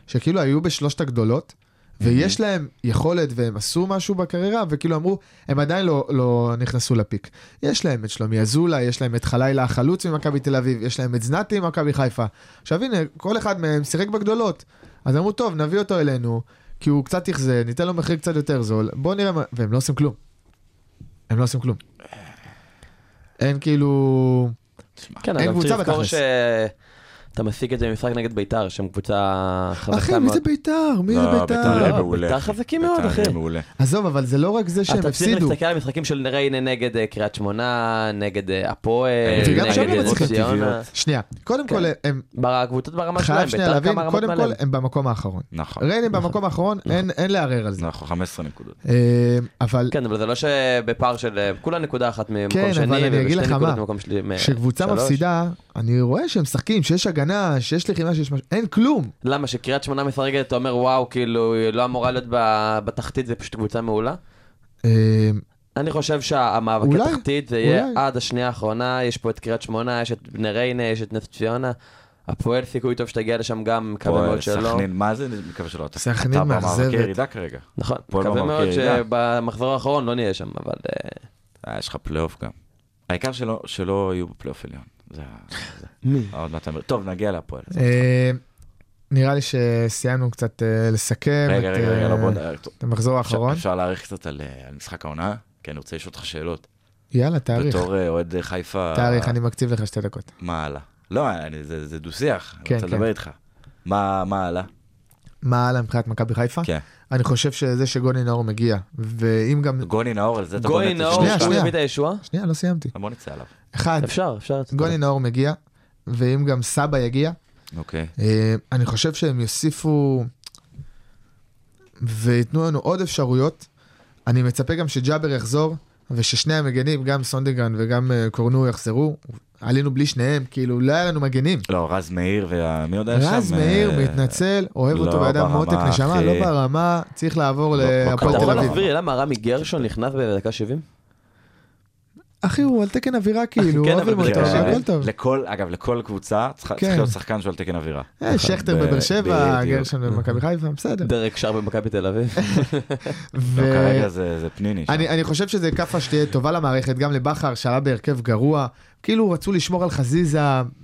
E: שכאילו היו בשלושת הגדולות, ויש להם יכולת והם עשו משהו בקריירה, וכאילו אמרו, הם עדיין לא, לא נכנסו לפיק. יש להם את שלומי אזולאי, יש להם את חלילה החלוץ ממכבי תל אביב, יש להם את זנתי ממכבי חיפה. עכשיו הנה, כל אחד מהם שיחק בגדולות. אז אמרו, טוב, נביא אותו אלינו, כי הוא קצת יחזה, ניתן לו מחיר קצת יותר זול, בוא נראה מה... והם לא עושים כלום. הם לא עושים כלום. אין כאילו...
G: כן,
E: אין
G: אבל
E: קבוצה
G: צריך לזכור
E: בתכלס.
G: שאתה משיג את זה במשחק נגד ביתר, שהם קבוצה
E: אחי,
G: חזקה
E: מי
G: מאוד.
E: זה ביתר? מי זה
F: לא, ביתר
E: ביתר?
F: הם
G: לא,
F: מעולה.
G: ביתר חזקים מאוד,
F: ביתר
G: אחי.
F: הם מעולה.
E: עזוב, אבל זה לא רק זה שהם
G: אה, אתה צריך
E: הפסידו.
G: להסתכל על משחקים של ריינה נגד אה, קריית שמונה, נגד אה, הפועל,
F: וגם
G: נגד
E: שם הם
G: נס
E: מצליחים
G: ציונה.
F: טבעיות.
E: שנייה, קודם
G: כן.
E: כל, הם...
G: בר- הקבוצות ברמה שלהם,
E: חייב שנייה
G: ביתר
E: להבין,
G: כמה רמות
E: קודם כל,
G: מעליהם.
E: הם במקום האחרון.
F: נכון.
E: ריינה במקום האחרון, אין אין לערער על זה.
F: נכון, 15 נקודות.
E: אה, אבל
G: כן, אבל זה לא שבפער של אה, כולה נקודה אחת
E: כן,
G: ממקום
E: אבל
G: שני,
E: אני אגיד
G: ובשתי
E: לך מה,
G: נקודות ממקום שלי. מ-
E: כשקבוצה
G: שלוש.
E: מפסידה, אני רואה שהם משחקים, שיש הגנה, שיש לחימה, שיש משהו, אין כלום.
G: למה, שקריית שמונה מפרגת, אתה אומר, וואו, כאילו, היא לא אמורה להיות ב- בתחתית, זה פשוט קבוצה מעולה?
E: אה,
G: אני חושב שהמאבק
E: אולי,
G: התחתית זה יהיה
E: אולי.
G: עד השנייה האחרונה, יש פה את קריית שמונה, יש את בני ריינה, יש את נס ציונה. הפועל סיכוי טוב שתגיע לשם גם, מקווה מאוד
F: פועל,
G: שלא.
F: סכנין, מה זה? אני מקווה שלא. אתה-
E: סכנין
F: אתה במאבקי
E: מאכזבת.
F: ירידה כרגע.
G: נכון,
F: הפועל
E: לא
G: מקווה
F: במאבק
G: מאוד
F: ירידה.
G: שבמחזור האחרון לא נהיה שם, אבל... אה,
F: אה, יש לך פלייאוף גם. העיקר שלא, שלא יהיו בפלייאוף עליון. זה ה... זה. עוד מעט אתה אומר, טוב, נגיע להפועל.
E: אה, נראה לי שסיימנו קצת אה, לסכם
F: רגע,
E: את,
F: רגע, רגע,
E: אה,
F: לא, בוא נ-
E: את המחזור האחרון.
F: אפשר להעריך קצת על אה, על משחק העונה? כי אני רוצה לשאול אותך שאלות.
E: יאללה, תאריך.
F: בתור אה, אוהד אה, חיפה...
E: תאריך, אני מקציב לך שתי דקות.
F: מה הלאה? לא, אני- זה זה דו-שיח, אני
E: כן,
F: רוצה
E: כן.
F: לדבר איתך. מה מה הלאה?
E: מה הלאה מבחינת מכבי חיפה?
F: כן.
E: אני חושב שזה שגוני נאור מגיע, ואם גם...
F: גוני נאור, על זה אתה
G: גוי נאור,
E: שנייה,
G: הוא
E: שנייה.
G: יביא את הישועה?
E: שנייה, לא סיימתי.
F: בוא נצא עליו.
E: אחד,
G: אפשר, אפשר.
E: גוני נאור מגיע, ואם גם סבא יגיע,
F: אוקיי.
E: אה, אני חושב שהם יוסיפו וייתנו לנו עוד אפשרויות. אני מצפה גם שג'אבר יחזור, וששני המגנים, גם סונדגרן וגם אה, קורנו יחזרו. עלינו בלי שניהם, כאילו, לא היה לנו מגנים.
F: לא, רז מאיר ומי יודע לא שם?
E: רז מאיר
F: אה,
E: מתנצל, אוהב
F: לא
E: אותו באדם
F: ברמה,
E: מותק, נשמה,
F: אחי.
E: לא ברמה, צריך לעבור
F: לא- לא
E: להפועל
F: קרוב.
G: אתה
E: תל
G: יכול
E: אביב.
G: להסביר לי למה רמי גרשון נכנס בדקה 70?
E: אחי, הוא על תקן אווירה,
F: <laughs>
E: כאילו,
G: כן, אבל
E: אוהבים אותו,
G: בדקה שבעים.
E: הכל טוב.
F: לכל, אגב, לכל קבוצה צריך צריך
E: כן.
F: להיות שחקן שהוא על תקן אווירה.
E: אה, שכטר
F: ב-
E: בבאר שבע,
F: בדיוק.
E: גרשון במכבי חיפה, בסדר.
G: דרק שר במכבי תל אביב.
F: לא,
E: ו-
F: כרגע זה זה פניני. שם.
E: אני, אני חושב שזה כאפה שתהיה טובה למערכת, גם לבכר שעלה בהרכב גרוע, כאילו רצו לשמור על חזיזה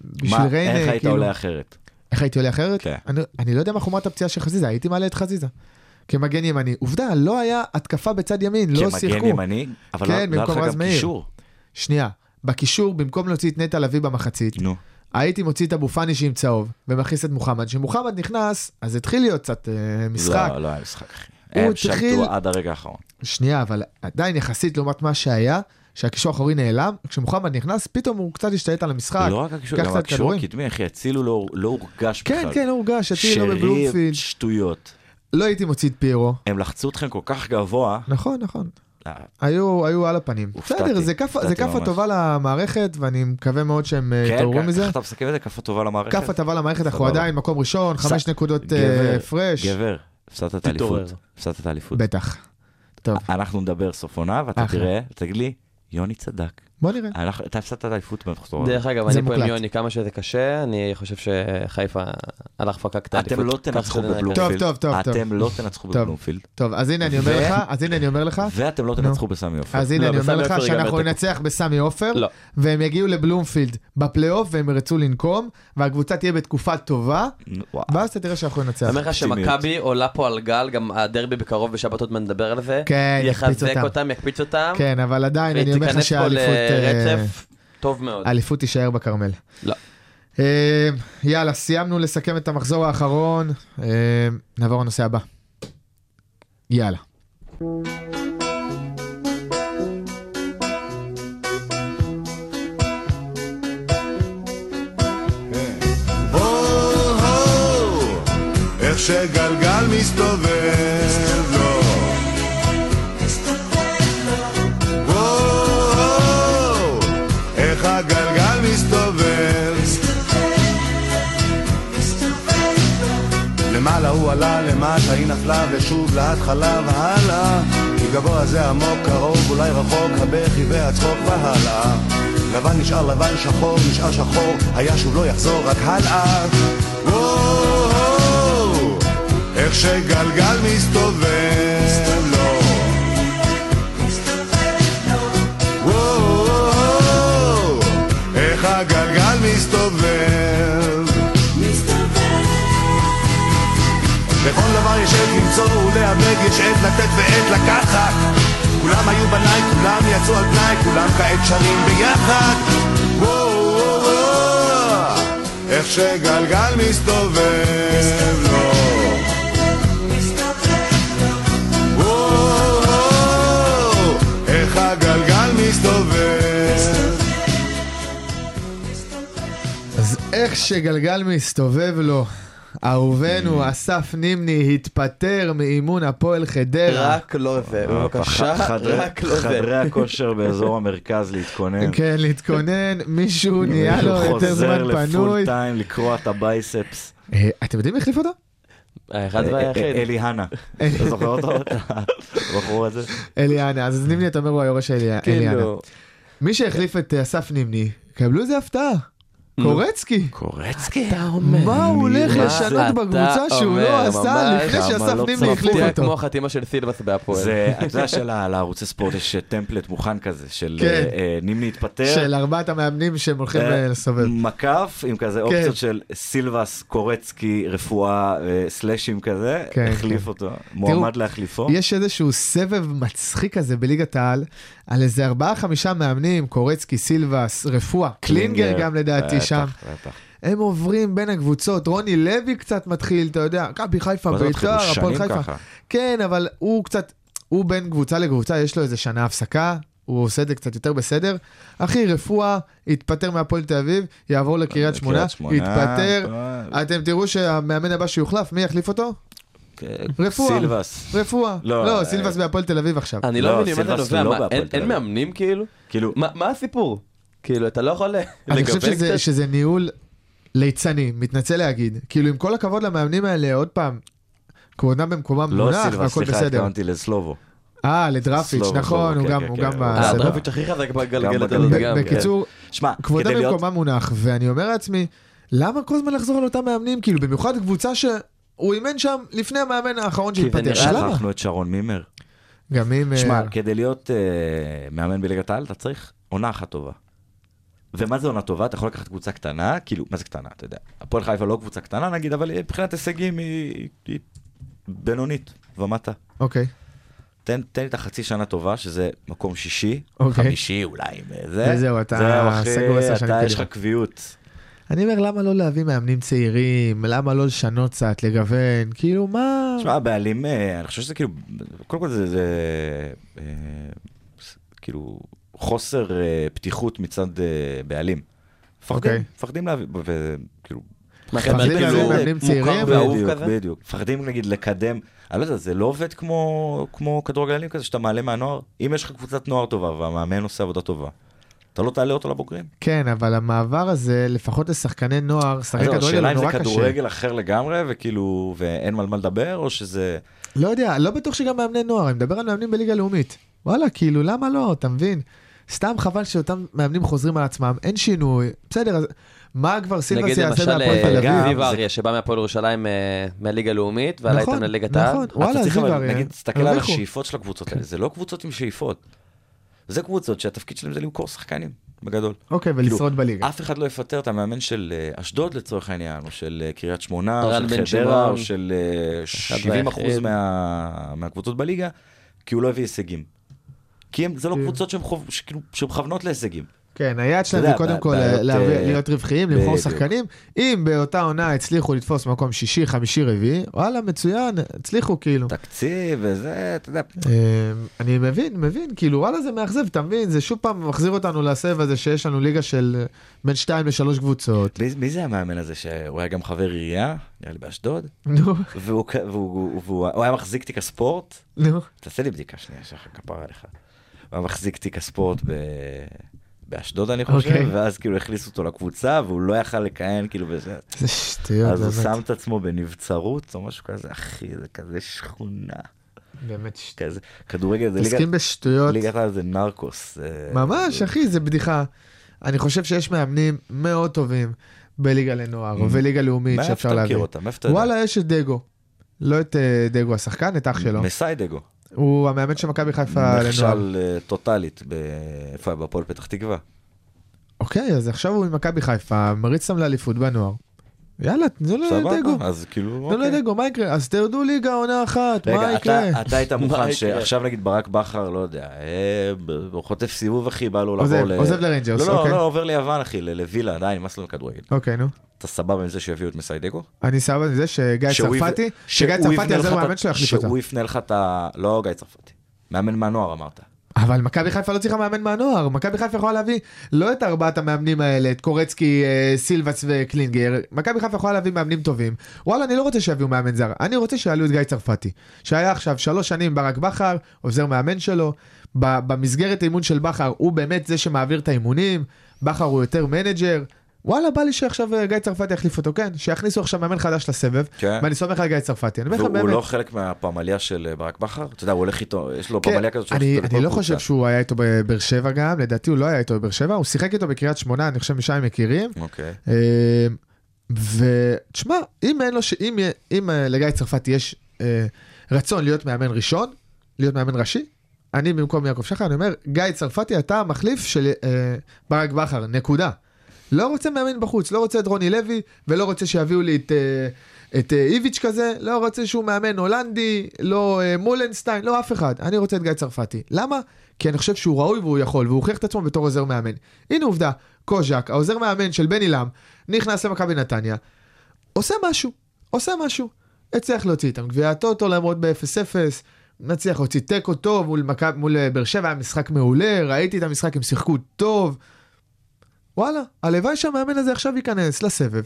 E: בשביל
F: מה,
E: ריינה,
F: איך היית
E: כאילו,
F: עולה אחרת?
E: איך הייתי עולה אחרת?
F: כן.
E: אני, אני לא יודע מה חומרת הפציעה של חזיזה, הייתי מעלה את חזיזה. כמגן ימני, עובדה, לא היה התקפה בצד ימין, לא
F: כמגן
E: שיחקו.
F: ימני, אבל לא
E: כן,
F: לא היה לך
E: במקום רז
F: גם
E: מאיר.
F: קישור.
E: שנייה, בקישור, במקום להוציא את נטע לביא במחצית,
F: נו,
E: הייתי מוציא את אבו פאני שעם צהוב, ומכניס את מוחמד. כשמוחמד נכנס, אז התחיל להיות קצת אה, משחק.
F: לא, לא היה משחק, אחי.
E: הוא
F: הם
E: התחיל-
F: שלטו עד הרגע האחרון.
E: שנייה, אבל עדיין יחסית לעומת מה שהיה, שהקישור האחורי נעלם, כשמוחמד נכנס, פתאום הוא קצת השתלט על המשחק.
F: לא רק הקישור,
E: קח
F: גם
E: אה, קצת
F: הקישור
E: כדורים.
F: הקדמי, אחי, הצילו לא- לא הורגש בכלל.
E: כן, כן, לא הורגש, עתיר לא
F: שריב,
E: בבלומפילד.
F: שטויות.
E: לא הייתי מוציא את פירו.
F: הם לחצו אתכם כל כך גבוה.
E: נכון, נכון.
F: לא,
E: היו, היו על הפנים.
F: הופתעתי,
E: בסדר, זה כאפה זה
F: הופתעתי
E: כאפה
F: ממש.
E: טובה למערכת, ואני מקווה מאוד שהם אה,
F: כן,
E: יתעוררו
F: ככה
E: מזה.
F: אתה מסכם את זה? כאפה טובה למערכת?
E: כאפה טובה למערכת, אנחנו
F: סבבה.
E: עדיין מקום ראשון, חמש
F: ס-
E: נקודות אה,
F: גבר,
E: הפרש.
F: גבר, הפסדת את
G: תתעורר.
F: האליפות. הפסדת את האליפות.
E: בטח. טוב,
F: אנחנו נדבר סוף עונה, ואתה
E: אחלה.
F: תראה, תגיד לי, יוני צדק.
E: בוא נראה.
F: אנחנו- אתה הפסדת את האליפות במחזור. הזה.
G: דרך אגב,
E: אה. זה
G: אני פה עם
E: מוקלט.
G: יוני כמה שזה קשה, אני חושב שחיפה הלך פקק את האליפות.
F: אתם לא
G: ככה
F: תנצחו
G: שזה נראה ככה.
F: בבלומפילד.
E: טוב, טוב, טוב,
F: אתם לא תנצחו
E: טוב.
F: בבלומפילד.
E: טוב, אז הנה אני אומר
F: ו-
E: לך, אז הנה אני אומר לך,
F: ואתם לא
E: נו.
F: תנצחו בסמי עופר.
E: אז הנה
G: לא,
E: אני אומר
G: בסמי
E: לך
G: עופר ייגמר
E: שאנחנו
G: תיקו.
E: ננצח בסמי עופר,
G: לא.
E: והם יגיעו לבלומפילד בפלייאוף והם ירצו לנקום, והקבוצה תהיה בתקופה טובה,
F: נו, וואו.
E: ואז אתה תראה שאנחנו ננצח.
G: אני אומר לך שמכבי עולה פה על גל, גם הדרבי בקרוב בשבת עוד מעט נדבר על זה.
E: כן, יקפיץ
G: יחזק
E: אותם.
G: אותם, יקפיץ אותם.
E: כן, אבל עדיין אני אומר לך
G: ותיכנס פה
E: שהאליפות אה,
G: לרצף טוב מאוד.
E: האליפות תישאר בכרמל.
G: לא.
E: אה, יאללה, סיימנו לסכם את המחזור האחרון, אה, נעבור לנושא הבא. יאללה.
H: איך שגלגל מסתובב לו. וואו, איך הגלגל מסתובב.
A: למעלה הוא עלה, למטה היא נפלה, ושוב להתחלה והלאה. כי גבוה זה עמוק, קרוב, אולי רחוק, הבכי והצחוק והלאה. לבן נשאר לבן, שחור נשאר שחור, היה שוב לא יחזור, רק הלאה.
H: וואו, איך שגלגל מסתובב לו. וואו, איך הגלגל מסתובב.
A: לכל דבר יש עת למצוא ולהיאבק, יש עת לתת ועת לקחת. כולם היו בניי, כולם יצאו על תנאי, כולם כעת שרים ביחד. וואו, וואו, וואו.
H: איך שגלגל מסתובב לו. וואו, איך הגלגל מסתובב.
E: אז איך שגלגל מסתובב לו,
G: Mm.
E: אהובנו אסף נימני התפטר מאימון הפועל חדרה.
G: רק לא זה,
F: אה,
G: בבקשה,
F: פח- חדרי-
G: רק לא
E: <laughs>
G: זה.
F: חדרי הכושר באזור המרכז להתכונן.
E: כן, להתכונן, מישהו נהיה לו יותר זמן
F: חוזר
E: פנוי.
F: לפול טיים לקרוע את הבייספס.
E: אה, אתם יודעים מי החליף אותו?
G: האחד והיחיד.
F: אה, אלי הנה. אתה זוכר
G: <laughs>
F: אותו? את הבחור הזה?
E: אליאנה, אז נימני
G: כן, לא.
E: אתה אומר הוא היורש של אליה- אליאנה.
G: כאילו,
E: מי שהחליף את אה, אסף נימני, קבלו איזה הפתעה. קורצקי.
F: קורצקי.
E: מה הוא הולך
G: מה
E: לשנות
G: אתה
E: בקבוצה שהוא לא
G: אומר?
E: עשה
G: ממש,
E: לפני
G: כמה
E: שאסף
G: לא
E: נימני החליף
G: מפתיע
E: אותו?
G: כמו החתימה של סילבס בהפועל.
F: זה, אתה יודע שלערוצי ספורט יש טמפלט מוכן כזה, של
E: כן.
F: אה, אה, נימני התפטר.
E: של ארבעת המאמנים שהם הולכים אה, לסובב.
F: מקף עם כזה
E: כן.
F: אופציות של סילבס, קורצקי, רפואה, אה, סלאשים כזה,
E: כן,
F: החליף
E: כן.
F: אותו, מועמד להחליפו.
E: יש איזשהו סבב מצחיק כזה בליגת העל, על איזה ארבעה חמישה מאמנים, קורצקי, סילבס, רפואה, קלינגר גם לדעתי
F: אה, בטח,
E: שם.
F: בטח.
E: הם עוברים בין הקבוצות, רוני לוי קצת מתחיל, אתה יודע, מכבי חיפה,
F: מה זה מתחיל?
E: בית"ר,
F: הוא
E: הפועל
F: שנים
E: חיפה.
F: ככה.
E: כן, אבל הוא קצת, הוא בין קבוצה לקבוצה, יש לו איזה שנה הפסקה, הוא עושה את זה קצת יותר בסדר. אחי, רפואה, יתפטר מהפועל תל אביב, יעבור לקריית שמונה,
F: שמונה,
E: יתפטר.
F: אה,
E: אתם תראו שהמאמן הבא שיוחלף, מי יחליף אותו?
F: אה,
E: רפואה.
F: סילבס.
E: רפואה.
F: לא,
E: לא,
F: אה,
E: סילבס בהפועל תל אביב עכשיו.
G: אני
F: לא,
G: לא מבין ממה
F: סילבס
G: זה
F: לא
G: נובע, מה,
F: בהפועל
G: אין-
F: תל
G: אין
F: אביב.
G: מאמנים כאילו?
F: כאילו,
G: מה מה הסיפור? כאילו, אתה לא יכול
E: אני חושב
G: לגוון
E: שזה,
G: קצת?
E: שזה ניהול ליצני, מתנצל להגיד. כאילו, עם כל הכבוד למאמנים האלה, עוד פעם, כבודם במקומם
F: לא
E: מונח
F: סילבס,
E: והכל
F: סליחה,
E: בסדר.
F: התכוונתי לסלובו.
E: אה, לדרפיץ',
F: סלובו,
E: נכון,
F: סלובו,
E: הוא
F: כן,
E: גם,
F: כן,
E: הוא
F: כן.
E: גם
F: אה,
G: אה,
E: בסדר.
G: דרפיץ' הכי חזק בגלגלת
F: גם
G: הזאת
F: בגלגל.
G: גם.
F: כן.
E: בקיצור,
F: שמע,
E: כבודם
F: כדי להיות...
E: במקומם מונח, ואני אומר לעצמי, למה כל הזמן לחזור על אותם מאמנים? כאילו, במיוחד קבוצה שהוא אימן שם לפני המאמן האחרון
G: כי זה
E: שהתפטר.
G: נראה
E: למה?
F: שכחנו את שרון מימר.
E: גם אם...
F: שמע,
E: אה,
F: כדי להיות אה, מאמן בליגת העל, אתה צריך עונה אחת טובה. ומה זה עונה טובה? אתה יכול לקחת קבוצה קטנה, כאילו, מה זה קטנה? אתה יודע. הפועל חיפה לא קבוצה קטנה נגיד, אבל היא- מבחינת הישגים היא, היא בינונית ומטה.
E: אוקיי.
F: תן, תן לי את החצי שנה טובה, שזה מקום שישי,
E: אוקיי.
F: חמישי אולי, עם זה.
E: וזהו, אתה
F: זהו, אחי,
E: סגור עשר שנים
F: אתה, יש
E: קדימה.
F: לך קביעות.
E: אני אומר, למה לא להביא מאמנים צעירים? למה לא לשנות קצת, לגוון? כאילו, מה...
F: תשמע, הבעלים, אה, אני חושב שזה כאילו, קודם כל זה, זה אה, ס- כאילו חוסר אה, פתיחות מצד אה, בעלים.
E: אוקיי.
F: מפחדים, מפחדים להביא, כאילו, וכאילו,
G: מה,
E: חברים
G: מאמן
E: כזה,
G: כזה
E: מאמנים
G: מוכר
E: צעירים,
G: ואהוב
F: בדיוק,
G: כזה?
F: בדיוק. מפחדים נגיד לקדם, אני לא יודע, זה לא עובד כמו, כמו כדורגלנים כזה שאתה מעלה מהנוער. אם יש לך קבוצת נוער טובה והמאמן עושה עבודה טובה, אתה לא תעלה אותו לבוגרים.
E: כן, אבל המעבר הזה, לפחות לשחקני נוער, שחקני
F: אז זהו,
E: כדורגל
F: לא,
E: הוא
F: השאלה אם זה
E: נורא קשה.
F: כדורגל אחר לגמרי, וכאילו, ואין על מה לדבר, או שזה...
E: לא יודע, לא בטוח שגם מאמני נוער, אני מדבר על מאמנים בליגה לאומית. וואלה, כאילו, למה לא, אתה מבין? סתם חבל שאותם מאמנים חוזרים על עצמם, אין שינוי, בסדר, אז מה כבר סילבס
G: נגיד
E: יעשה
G: למשל
E: בהפועל
G: אה,
E: תל
F: גם-
E: אביב?
G: זיו אריה שבא מהפועל ירושלים אה, מהליגה הלאומית ועלה
E: נכון,
G: איתנו לליגת העל.
E: נכון.
F: אתה
E: וואלה,
F: צריך
E: זיו
F: אבל,
E: אריה.
F: נגיד, תסתכל על
E: הרוויחו.
F: השאיפות של הקבוצות האלה, זה לא קבוצות עם שאיפות. זה קבוצות שהתפקיד שלהם זה למכור שחקנים, בגדול.
E: אוקיי, ולשרוד בליגה.
F: אף אחד לא יפטר את המאמן של אה, אשדוד לצורך העניין, או של אה, קריית שמונה, או
G: רן
F: של חדרה,
G: בן שמעון.
F: או של אה, 70 אחוז
G: והיחיד.
F: מה- מהקבוצות בליגה, כי הוא לא הביא הישגים. כי הם- זה לא קבוצות שהן חוב- שכאילו- שמכוונות להישגים.
E: כן, היעד שלהם
F: אתה
E: זה
F: יודע,
E: קודם
F: בע-
E: כל
F: בעיות,
E: להביא-
F: אה,
E: להיות רווחיים, למכור
F: בדיוק.
E: שחקנים. אם באותה עונה הצליחו לתפוס מקום שישי, חמישי, רביעי, וואלה, מצוין, הצליחו כאילו.
F: תקציב וזה, אתה יודע,
E: אמ, אני מבין, מבין, כאילו וואלה זה מאכזב, אתה מבין, זה שוב פעם מחזיר אותנו לסבב הזה שיש לנו ליגה של אה, בין שתיים לשלוש קבוצות.
F: מי- מי זה המאמן הזה שהוא היה גם חבר עירייה, נראה לי באשדוד,
E: <laughs> נו,
F: והוא כ- והוא והוא- הוא היה מחזיק תיק הספורט,
E: נו.
F: תעשה לי בדיקה שנייה שחר כפר עליך. הוא היה מחזיק תיק הספורט ב... באשדוד אני חושב,
E: אוקיי.
F: okay. ואז כאילו הכניסו אותו לקבוצה והוא לא יכל לכהן כאילו בזה.
E: זה שטויות,
F: אז הוא שם
E: באמת,
F: את עצמו בנבצרות או משהו כזה, אחי זה כזה שכונה,
E: באמת שטויות.
F: כזה, כדורגל כן, זה ליגת,
E: מתעסקים בשטויות,
F: ליגת העל זה נרקוס. אה, זה-
E: ממש אחי, זה בדיחה. אני חושב שיש מאמנים מאוד טובים בליגה לנוער וליגה לאומית
F: מאיפה
E: שאפשר
F: אתה
E: להביא.
F: Mm-hmm. מכיר אותם? מאיפה אתה יודע?
E: וואלה, יש את דגו. לא את אה, דגו השחקן, את אח שלו.
F: מסיידגו,
E: הוא המאמן של מכבי חיפה לנוער.
F: נכשל אה, טוטאלית ב- איפה היה? בהפועל פתח תקווה.
E: אוקיי, אז עכשיו הוא עם מכבי חיפה, מריץ אותם לאליפות בנוער. יאללה, לא תנו לו את דגו.
F: סבבה, אז
E: תנו
F: כאילו, אוקיי.
E: לדגו, לא מה יקרה? אז תרדו ליגה עונה אחת, מה
F: רגע,
E: יקרה?
F: אתה, אתה היית מוכן
G: יקרה?
F: שעכשיו נגיד ברק בכר, לא יודע, אה, ב- הוא חוטף סיבוב אחי, בא לו
E: עוזב,
F: לעבור ל...
E: עוזב לריינג'רס,
F: לא, לא,
E: אוקיי.
F: לא, עובר ליוון אחי, ל- לווילה, די, נמאס לנו כדורגל.
E: אוקיי, נו.
F: אתה סבבה עם זה שיביאו את מסיידגו?
E: אני סבבה עם זה שגיא
F: שהוא יב-
E: צרפתי,
F: שהוא
E: שגיא
F: יבנה
E: צרפתי
F: לך
E: עוזר
F: את ה-
E: מאמן שלו יחליף אותה.
F: שהוא יפנה לך את ה... לא גיא צרפתי, מאמן מהנוער אמרת.
E: אבל מכבי חיפה לא צריכה מאמן מהנוער, מכבי חיפה יכולה להביא לא את ארבעת המאמנים האלה, את קורצקי, אה, סילבס וקלינגר, מכבי חיפה יכולה להביא מאמנים טובים. וואלה, אני לא רוצה שיביאו מאמן זר, אני רוצה שיעלו את גיא צרפתי, שהיה עכשיו שלוש שנים ברק בכר, עוזר מאמן שלו, ב- במסגרת האימון של בכר הוא באמת זה שמעביר את האימונים, בכר הוא יותר מנג'ר, וואלה, בא לי שעכשיו אה, גיא צרפתי יחליף אותו, כן, שיכניסו עכשיו מאמן חדש לסבב,
F: כן.
E: ואני סומך על גיא צרפתי. אני אומר לך
F: והוא
E: באמת.
F: לא חלק מהפמליה של אה, ברק בכר? אתה יודע, הוא הולך איתו, יש לו
E: כן,
F: פמליה כזאת שהוא
E: אני,
F: הולך איתו
E: אני
F: לכל
E: לא חושב
F: קבוצה.
E: שהוא היה איתו בבאר שבע גם, לדעתי הוא לא היה איתו בבאר שבע, הוא שיחק איתו בקריית שמונה, אני חושב משם הם מכירים.
F: אוקיי.
E: אמ, ותשמע, אם אין לו, ש... אם, י- אם אה, לגיא צרפתי יש אה, רצון להיות מאמן ראשון, להיות מאמן ראשי, אני במקום יעקב שחר, אני אומר, גיא צרפתי, אתה המחליף של אה, ברק בכר, נקודה. לא רוצה מאמן בחוץ, לא רוצה את רוני לוי, ולא רוצה שיביאו לי את, אה, את אה, איביץ' כזה, לא רוצה שהוא מאמן הולנדי, לא אה, מולנשטיין, לא אף אחד. אני רוצה את גיא צרפתי. למה? כי אני חושב שהוא ראוי והוא יכול, והוא הוכיח את עצמו בתור עוזר מאמן. הנה עובדה, קוז'אק, העוזר מאמן של בני לם, נכנס למכבי נתניה, עושה משהו, עושה משהו. הצליח להוציא איתם גביע הטוטו למרות ב-0-0, מצליח להוציא תיקו טוב מול, מכב, מול אה, באר שבע, היה משחק מעולה, ראיתי את המשחק, הם שיחקו טוב. וואלה, הלוואי שהמאמן הזה עכשיו ייכנס לסבב,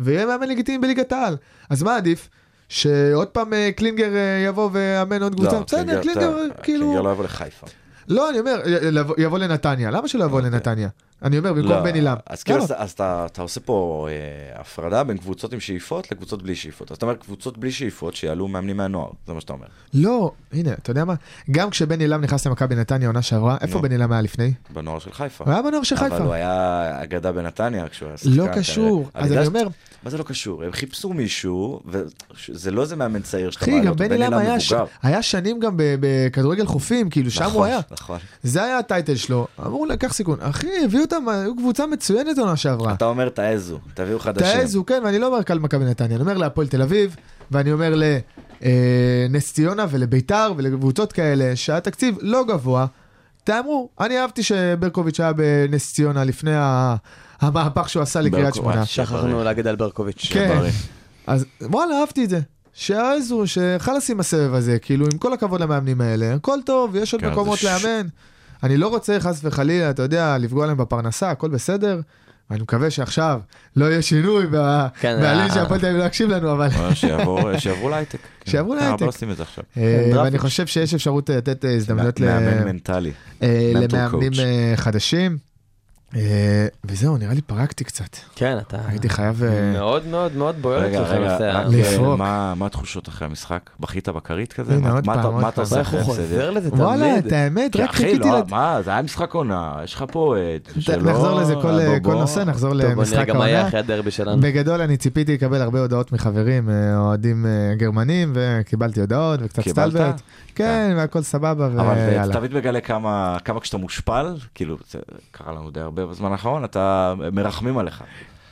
E: ויהיה מאמן לגיטימי בליגת העל. אז מה עדיף? שעוד פעם אה, קלינגר אה, יבוא ויאמן עוד קבוצה?
F: לא,
E: בסדר, קלינגר
F: אתה-
E: כאילו...
F: קלינגר לא יבוא לחיפה.
E: לא, אני אומר, י- לבוא- יבוא לנתניה, למה שלא יבוא לנתניה? אני אומר,
F: אוקיי. לא,
E: במקום בני לא. לם.
F: אז כאילו,
E: למה?
F: אז- אז אתה אתה עושה פה אה, הפרדה בין קבוצות עם שאיפות לקבוצות בלי שאיפות. אז אתה אומר, קבוצות בלי שאיפות שיעלו מאמנים מהנוער, זה מה שאתה אומר.
E: לא, הנה, אתה יודע מה? גם כשבני לם נכנס למכבי נתניה עונה שעברה, איפה
F: נו.
E: בני לם היה לפני?
F: בנוער של חיפה.
E: הוא היה בנוער של
F: אבל הוא
E: חיפה.
F: היה אגדה בנתניה כשהוא היה שחקן.
E: לא
F: כנראה.
E: קשור.
F: אבל
E: אז
F: יודע
E: אני
F: ש-
E: אומר,
F: מה זה לא קשור? הם חיפשו מישהו, וזה לא איזה מאמן צעיר שאתה
E: אחי,
F: מעלה
E: גם
F: אותו,
E: בני לם היה ש-
F: מבוגר.
E: היה שנים גם ב- בכדורגל חופים, כאילו, שם הוא
F: נכון,
E: היה.
F: נכון.
E: זה היה הטייטל שלו, אמרו לקח סיכון. אחי, הביאו אותם, היו קבוצה מצוינת עונה שעברה.
F: אתה אומר תעזו, תביאו חדשים.
E: תעזו, כן, ואני לא אומר רק על מכבי נתניה, אני אומר להפועל תל אביב, ואני אומר לנס ציונה ולביתר ולקבוצות כאלה, שהתקציב לא גבוה. תאמרו, אני אהבתי שברקוביץ' היה בנס ציונה לפני ה- המהפך שהוא עשה לקריית
F: ברקוביץ'.
E: שמונה.
G: שכחנו להגיד על ברקוביץ'.
E: כן,
F: בריא.
E: אז וואלה, אהבתי את זה. שיעזו, שחלאס עם הסבב הזה, כאילו, עם כל הכבוד למאמנים האלה, הכל טוב, יש עוד
F: כן,
E: מקומות
F: זה ש-
E: לאמן. אני לא רוצה, חס וחלילה, אתה יודע, לפגוע להם בפרנסה, הכל בסדר. אני מקווה שעכשיו לא יהיה שינוי, וה-
G: כן,
E: והעלים
G: אה.
E: של הפועל תל אביב לא יקשיב לנו, אבל...
F: אה, <laughs> שיעבור- שיעברו להייטק.
E: שיעברו
F: כן, אנחנו
E: להייטק.
F: לא עושים את זה עכשיו.
E: אה, ואני
G: דראפיץ'.
E: חושב שיש אפשרות אה, לתת אה, הזדמנויות ל-
F: מאמן מנטלי.
E: אה,
F: mental
E: למאמנים
F: coach.
E: אה, חדשים. אה, וזהו, נראה לי פרקתי קצת.
G: כן, אתה
E: הייתי חייב... אה,
G: מאוד מאוד מאוד בוער
F: רגע,
G: אצלך
F: רגע,
G: הנושא.
F: רק,
G: הזה.
E: לפרוק.
F: אה, מה- מה התחושות אחרי המשחק? בכית בכרית כזה?
E: הנה,
F: מה-
E: עוד
F: מה
E: פעם,
F: אתה-
E: עוד
F: מה אתה
E: פעם.
F: עושה
G: איך
F: אחרי
G: הוא
F: הפסד?
G: חוזר לזה תמיד?
E: וואלה, את האמת,
F: כי
E: רק
F: אחי,
E: חיכיתי...
F: לא,
E: לת-
F: מה, זה היה משחק עונה, יש לך פה... אה, שלא-
E: נחזור לזה כל-
F: אה, בוא,
E: כל
F: בוא.
E: נושא, נחזור
G: טוב, בוא נראה
E: למשחק
G: גם מה
E: העונה.
G: יהיה אחרי הדרבי שלנו.
E: בגדול אני ציפיתי לקבל הרבה הודעות מחברים, אה, אוהדים אה, גרמנים, וקיבלתי הודעות וקצת
F: קיבלת?
E: סטלבט. כן, והכל סבבה,
F: אבל זה- אתה
E: ויאללה.
F: תמיד מגלה כמה כמה כשאתה מושפל, כאילו, זה קרה לנו די הרבה בזמן האחרון, אתה מרחמים עליך.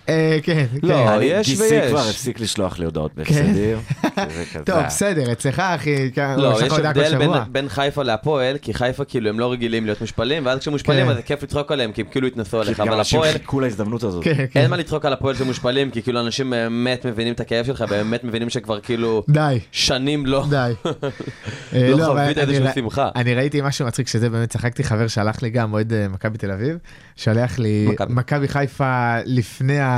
E: אה, כן, כן.
G: לא,
F: אני-
G: יש
F: גיסי
G: ויש.
F: כבר הפסיק לשלוח לי הודעות
E: <laughs>
F: בהפסדים. זה כזה-
E: טוב, בסדר, אצלך אחי, כן,
G: אה. לא,
E: יש לך
G: יש
E: הודעה כל
G: הבדל בין-
E: שבוע.
G: בין חיפה להפועל, כי חיפה כאילו הם לא רגילים להיות מושפלים, ואז כשמושפלים
E: כן.
G: אז זה כיף לצחוק עליהם, כי הם כאילו התנסו
F: כי
G: עליך,
F: גם
G: אבל
F: אנשים
G: הפועל,
F: חיכו להזדמנות הזאת.
E: כן, כן.
G: אין מה לצחוק על הפועל שמושפלים, כי כאילו אנשים באמת מבינים את הכאב שלך, באמת מבינים שכבר כאילו
E: די.
G: שנים לא.
E: די.
G: <laughs>
E: אה,
G: לא
E: אבל
G: חווית
E: אני
G: איזושהי
E: רא-
G: שמחה.
E: אני ראיתי משהו מצחיק שזה באמת צחקתי, חבר שלח לי גם, אוהד אה, מכבי תל אביב, שלח לי
G: מכבי.
E: מכבי חיפה לפני ה-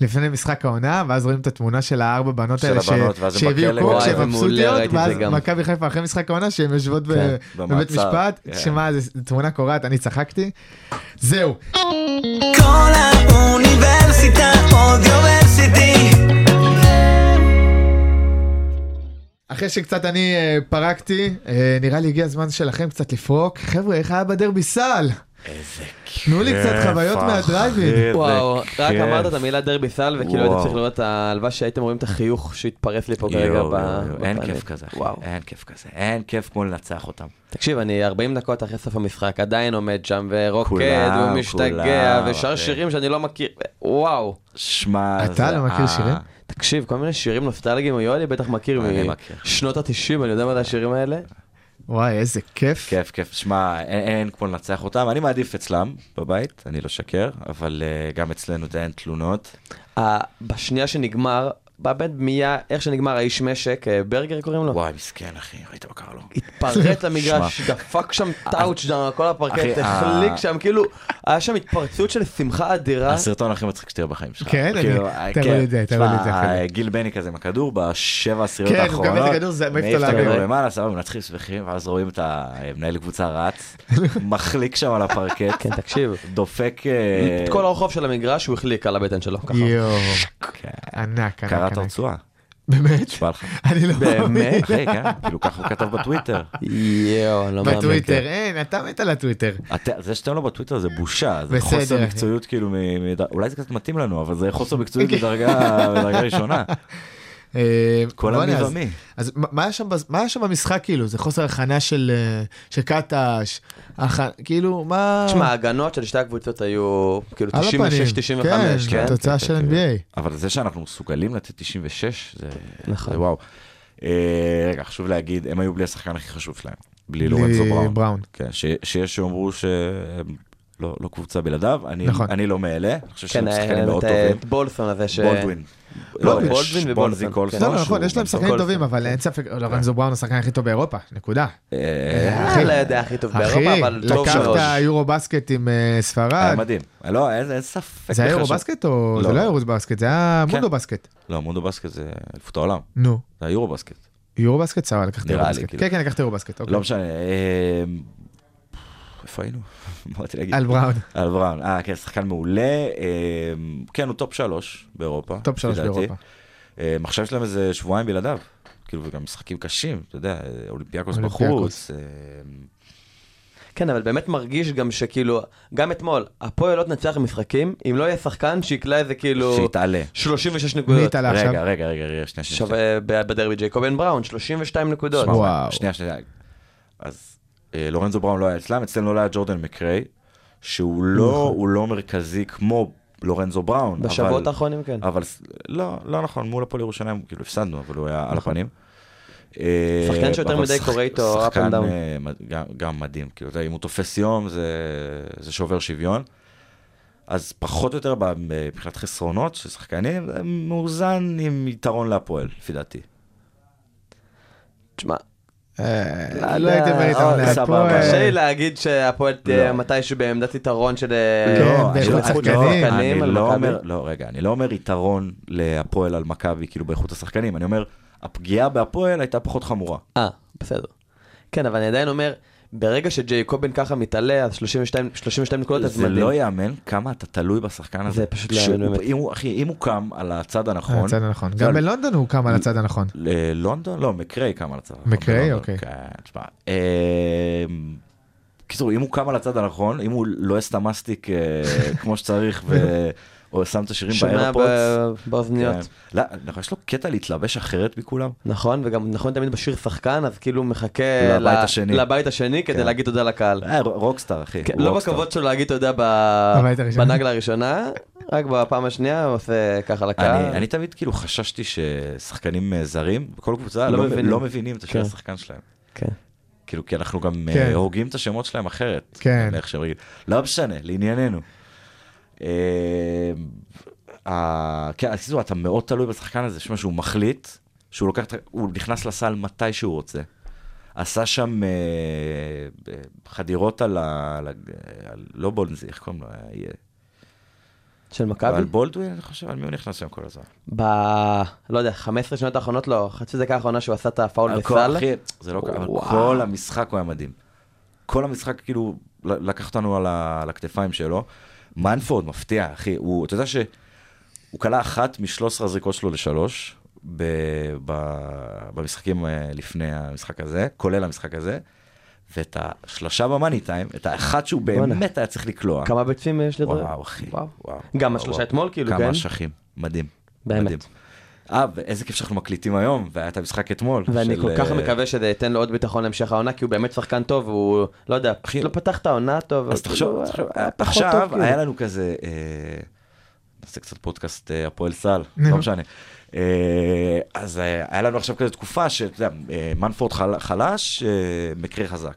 E: לפני משחק העונה, ואז רואים את התמונה של הארבע בנות
F: של
E: האלה ש-
F: הבנות, ואז הם
E: שהביאו
F: בכלא.
E: קוק,
F: וואי,
E: שהן
G: זה מעולה,
E: מבסוטיות,
G: ראיתי את
E: ואז
G: זה גם.
E: מכבי חיפה אחרי משחק העונה שהן יושבות ב-
G: כן,
E: בבית
F: במעצר.
E: משפט,
F: כן.
E: שמע, זו תמונה קורעת, אני צחקתי. זהו,
I: Con la università Audioversity
E: אחרי שקצת אני אה, פרקתי, אה, נראה לי הגיע הזמן שלכם קצת לפרוק. חבר'ה, איך היה בדרבי סל? תנו לי קצת חוויות
F: כיף,
E: מהדרייבין.
F: אחי, אה, זה
G: וואו, רק
F: כיף.
G: אמרת את המילה דרבי סל, וכאילו הייתי
F: וואו.
G: צריך לראות את הלבש שהייתם רואים את החיוך שהתפרץ לי פה
F: יואו,
G: כרגע
F: יואו, יואו,
G: ב-
F: אין
G: בפנים.
F: כיף כזה, אחי.
G: וואו.
F: אין כיף כזה. אין כיף כמו לנצח אותם.
G: תקשיב, אני 40 דקות אחרי סוף המשחק, עדיין עומד שם ורוקד
F: כולם,
G: ומשתגע
F: כולם,
G: ושר
F: אחי.
G: שירים שאני לא מכיר, וואו.
F: שמע,
E: אתה
F: זה
E: לא מכיר
F: ה-
E: שירים?
G: תקשיב, כל מיני שירים נוסטלגיים, יואלי בטח מכיר
F: אני מכיר.
G: משנות ה-90, אני יודע מה זה השירים האלה.
E: וואי, איזה כיף.
G: כן,
F: כיף, כיף. שמע, אין, אין כמו לנצח אותם. אני מעדיף אצלם בבית, אני לא שקר, אבל אה, גם אצלנו זה אין תלונות.
G: ה- בשנייה שנגמר, באמת מיד, איך שנגמר האיש משק, אה, ברגר קוראים לו,
F: וואי, מסכן, אחי, ראית מה קרה לו?
G: אה? התפרץ למגרש, דפק שם טאוץ' דאון על כל הפרקט,
F: אחי, אה. ה-
G: החליק שם, כאילו, היה שם התפרצות של שמחה אדירה.
F: הסרטון הכי מצחיק שתראה בחיים שלך.
E: כן, אני-
F: כאילו,
E: תראו
F: כן.
E: לי את זה, תראו לי את זה,
F: שמע, אה,
E: אחי.
F: גיל בני כזה עם הכדור בשבע עשיריות
E: כן, הוא
F: האחרונות.
E: מקבל את הכדור, זה מעיף אותו
F: מעיף את הכדור
E: לאוויר.
F: למעלה, סבבה, מנצחים שמחים, ואז רואים את המנהל קבוצה
E: <laughs>
F: רץ, מחליק שם על הפרקט,
G: כן, תקשיב.
F: דופק... אה,
G: את כל הרחוב של המגרש הוא החליק על הבטן שלו, ככה.
E: יואו,
F: כן,
E: ענק, ענק,
F: קרע את
E: ענק.
F: הרצועה,
E: באמת?
G: <laughs>
F: נשבע לך.
E: אני לא מאמין.
G: באמת?
F: אחי, כן, כאילו ככה הוא כתב בטוויטר.
G: יואו, אני לא מאמין.
E: בטוויטר,
G: כן.
E: אין, אתה מת על הטוויטר.
F: אתה- זה שאתם לא בטוויטר זה בושה, זה
E: בסדר,
F: חוסר
E: אחי.
F: מקצועיות כאילו, מ- מד- אולי זה קצת מתאים לנו, אבל זה חוסר
E: כן.
F: מקצועיות בדרגה בדרגה ראשונה.
E: אה,
F: כל
E: בוא'נה,
F: המי
E: אז-
F: ומי.
E: אז מה- מה היה שם בז- מה היה שם במשחק כאילו? זה חוסר הכנה של אה, של קטש, הכ- כאילו, מה...
G: תשמע, ההגנות של שתי הקבוצות היו כאילו 96-95,
E: על הפנים.
G: כן?
E: כן, תוצאה
F: כן,
E: של
F: כן,
E: NBA.
F: אבל זה שאנחנו מסוגלים לתת 96, זה,
G: נכון.
F: זה וואו. אה, רגע, חשוב להגיד, הם היו בלי השחקן הכי חשוב שלהם,
E: בלי
F: בלי לורנזו בראון.
E: בראון.
F: כן, ש, שיש שאומרו שהם לא, לא קבוצה בלעדיו, אני,
E: נכון.
F: אני לא מאלה, אני חושב שהם
G: כן,
F: שחקנים
G: היה להם
F: מאוד
G: את
F: טובים.
G: את בולסון הזה ש...
F: בולדווין.
G: לא,
F: לא, יש
G: בולדווין
F: בולזי
G: ובולסון.
F: קולסון.
G: כן.
E: לא, לא, נכון,
F: שהוא
E: יש להם
F: גם טוב. כן.
E: שחקנים
G: כל
E: טובים,
G: זה.
E: אבל אין ספק, לורנזו בראון הוא השחקן הכי טוב באירופה, נקודה.
F: אה,
G: אה, לא יודע הכי טוב באירופה,
E: אחי,
G: אבל טוב
E: לקחת
G: מאוד.
E: יורו בסקט עם אה, ספרד,
F: היה מדהים. לא, אין אין ספק.
E: זה היה
F: בכלל
E: יורו
F: ש-
E: בסקט או... זה
F: לא.
E: לא היה יורו בסקט, זה היה
F: כן.
E: מונדו בסקט.
F: לא, מונדו בסקט זה אליפות העולם,
E: נו,
F: זה היורו בסקט.
E: יורו בסקט? סבבה, לקחת
F: נראה
E: יורו
F: לי,
E: בסקט.
F: כאילו.
E: כן, כן, לקחת יורו בסקט, אוקיי.
F: לא משנה. אה, איפה היינו? <laughs> מה באתי להגיד?
E: על בראון.
F: על בראון, אה כן, שחקן מעולה, אה, כן הוא טופ שלוש באירופה,
E: טופ שלוש
F: לדעתי.
E: באירופה.
F: אה, עכשיו יש להם איזה שבועיים בלעדיו, כאילו וגם משחקים קשים, אתה יודע, אה, אולימפיאקוס
E: אולימפיאקוס.
F: בחוץ, אה,
G: כן, אבל באמת מרגיש גם שכאילו, גם אתמול, הפועל לא תנצח משחקים, אם לא יהיה שחקן שיקלע איזה כאילו...
F: שיתעלה.
G: 36
E: מי
G: נקודות.
E: התעלה לא, עכשיו?
F: רגע, רגע, רגע, רגע, שנייה, שנייה, שנייה,
G: שווה ב- בדרבי ג'ייקובן בראון, 32 נקודות.
F: שמע,
E: וואו.
F: שנייה, שנייה, אז אה, לורנזו בראון לא היה אצלם, אצלנו לא היה ג'ורדן מקריי, שהוא לא, הוא לא מרכזי כמו לורנזו בראון,
G: נכון. בשבועות
F: אבל-
G: האחרונים כן.
F: אבל ס- לא, לא נכון, מול הפועל ירושלים כאילו הפסדנו, אבל הוא היה על הפנים.
G: נכון. שחקן
F: אה,
G: שיותר
F: אבל
G: מדי
F: שחק-
G: קורא איתו up and
F: שחקן,
G: down.
F: אה, מד- גם- גם מדהים, כאילו, אתה יודע, אם הוא תופס יום זה- זה שובר שוויון. אז פחות או יותר ב- מבחינת חסרונות של שחקנים, זה מאוזן עם יתרון להפועל, לפי דעתי.
G: תשמע,
E: אה, לא הייתי אומר
G: אה,
E: איתם
F: סבבה.
E: להפועל.
G: קשה לי להגיד שהפועל תהיה
F: לא.
G: מתישהו בעמדת יתרון של... אה,
E: כן,
F: אני
E: באיכות
F: לא-
E: שחקנים.
F: לא,
G: שחקנים על
F: אני לא
G: מכבי.
F: אומר, לא, רגע, אני לא אומר יתרון להפועל על מכבי, כאילו באיכות השחקנים, אני אומר, הפגיעה בהפועל הייתה פחות חמורה.
G: אה, בסדר. כן, אבל אני עדיין אומר, ברגע שג'ייקובן ככה מתעלה, אז 32 32 נקודות, אז
F: זה
G: מדהים.
F: לא ייאמן כמה אתה תלוי בשחקן הזה.
G: זה פשוט לא
F: שהוא-
G: ייאמן, באמת.
F: אם הוא- אחי, אם הוא קם על הצד הנכון,
E: הצד הנכון.
F: זה
E: גם
F: על-
E: בלונדון הוא קם על הצד הנכון.
F: ללונדון? לא, מקריי קם על הצד הנכון.
E: מקריי,
F: בלונדון,
E: אוקיי.
F: כן, תשמע. אמ, קיצור, אם הוא קם על הצד הנכון, אם הוא לא הסתמסטיק אה, כמו שצריך, ו- או שם את השירים
G: שומע
F: באיירפורטס.
G: ב- באוזניות.
F: לא, נכון, יש לו קטע להתלבש אחרת מכולם.
G: נכון, וגם נכון תמיד בשיר שחקן, אז כאילו מחכה
F: לבית
G: ל-
F: השני.
G: לבית השני כדי
F: כן.
G: להגיד תודה לקהל.
F: אה, רוקסטאר, אחי.
G: כן,
F: הוא
G: לא
F: רוקסטאר.
G: בכבוד שלו להגיד תודה ב-
E: בבית הראשון.
G: בנגלה הראשונה, רק בפעם השנייה הוא עושה ככה לקהל.
F: אני, אני תמיד כאילו חששתי ששחקנים אה, זרים בכל קבוצה לא,
G: לא
F: לא,
G: מבינים.
F: מבינים. לא מבינים את השם
G: כן.
F: השחקן שלהם.
G: כן.
F: כאילו כי אנחנו גם
E: כן.
F: כן. הורגים את השמות שלהם אחרת.
E: כן.
F: מאיך שהם רגילים. לא משנה, לענייננו. אה, ה- כן, אז כאילו, אתה מאוד תלוי בשחקן הזה, שמע שהוא מחליט, שהוא לוקח, את ה- הוא נכנס לסל מתי שהוא רוצה. עשה שם אה, אה, חדירות על ה... על ה- על- לא בולנזי, איך קוראים לו? אה,
G: של מכבי?
F: על בולדווין, אני חושב, על מי הוא נכנס שם כל הזמן?
G: ב... לא יודע, 15 שניות האחרונות לא, חצי דקה האחרונה שהוא עשה את הפאול
F: הכל-
G: בסל.
F: אחי, זה לא קרה, אבל
G: וואו.
F: כל המשחק הוא היה מדהים. כל המשחק כאילו ל- לקח אותנו על ה- על הכתפיים שלו. מנפורד מפתיע, אחי, הוא, אתה יודע שהוא כלה אחת מ-13 הזריקות שלו לשלוש ב, ב, במשחקים אה, לפני המשחק הזה, כולל המשחק הזה, ואת השלושה במאני טיים, את האחת שהוא
G: בואנה.
F: באמת היה צריך לקלוע.
G: כמה ביצים יש לדבר?
F: וואו, אחי.
G: וואו.
F: וואו,
G: גם
F: וואו,
G: השלושה
F: וואו.
G: אתמול, כאילו, כן?
F: כמה אשכים, מדהים.
G: באמת.
F: מדהים. אה, ואיזה כיף שאנחנו מקליטים היום, והיה את המשחק אתמול.
G: ואני
F: של,
G: כל כך
F: אה,
G: מקווה שזה ייתן לו עוד ביטחון להמשך העונה, כי הוא באמת שחקן טוב, הוא, לא יודע,
F: אחי,
G: לא פתח את העונה טוב.
F: אז
G: כאילו,
F: תחשוב,
G: היה-
F: תחשוב,
E: אה,
G: היה פחות טוב,
F: עכשיו
G: כאילו.
F: היה לנו כזה, אה, נעשה קצת פודקאסט אה, הפועל סל, לא משנה. אה, אז אה, היה לנו עכשיו כזה תקופה שאתה יודע, אה, מנפורד חל- חלש, אה, מקרה חזק.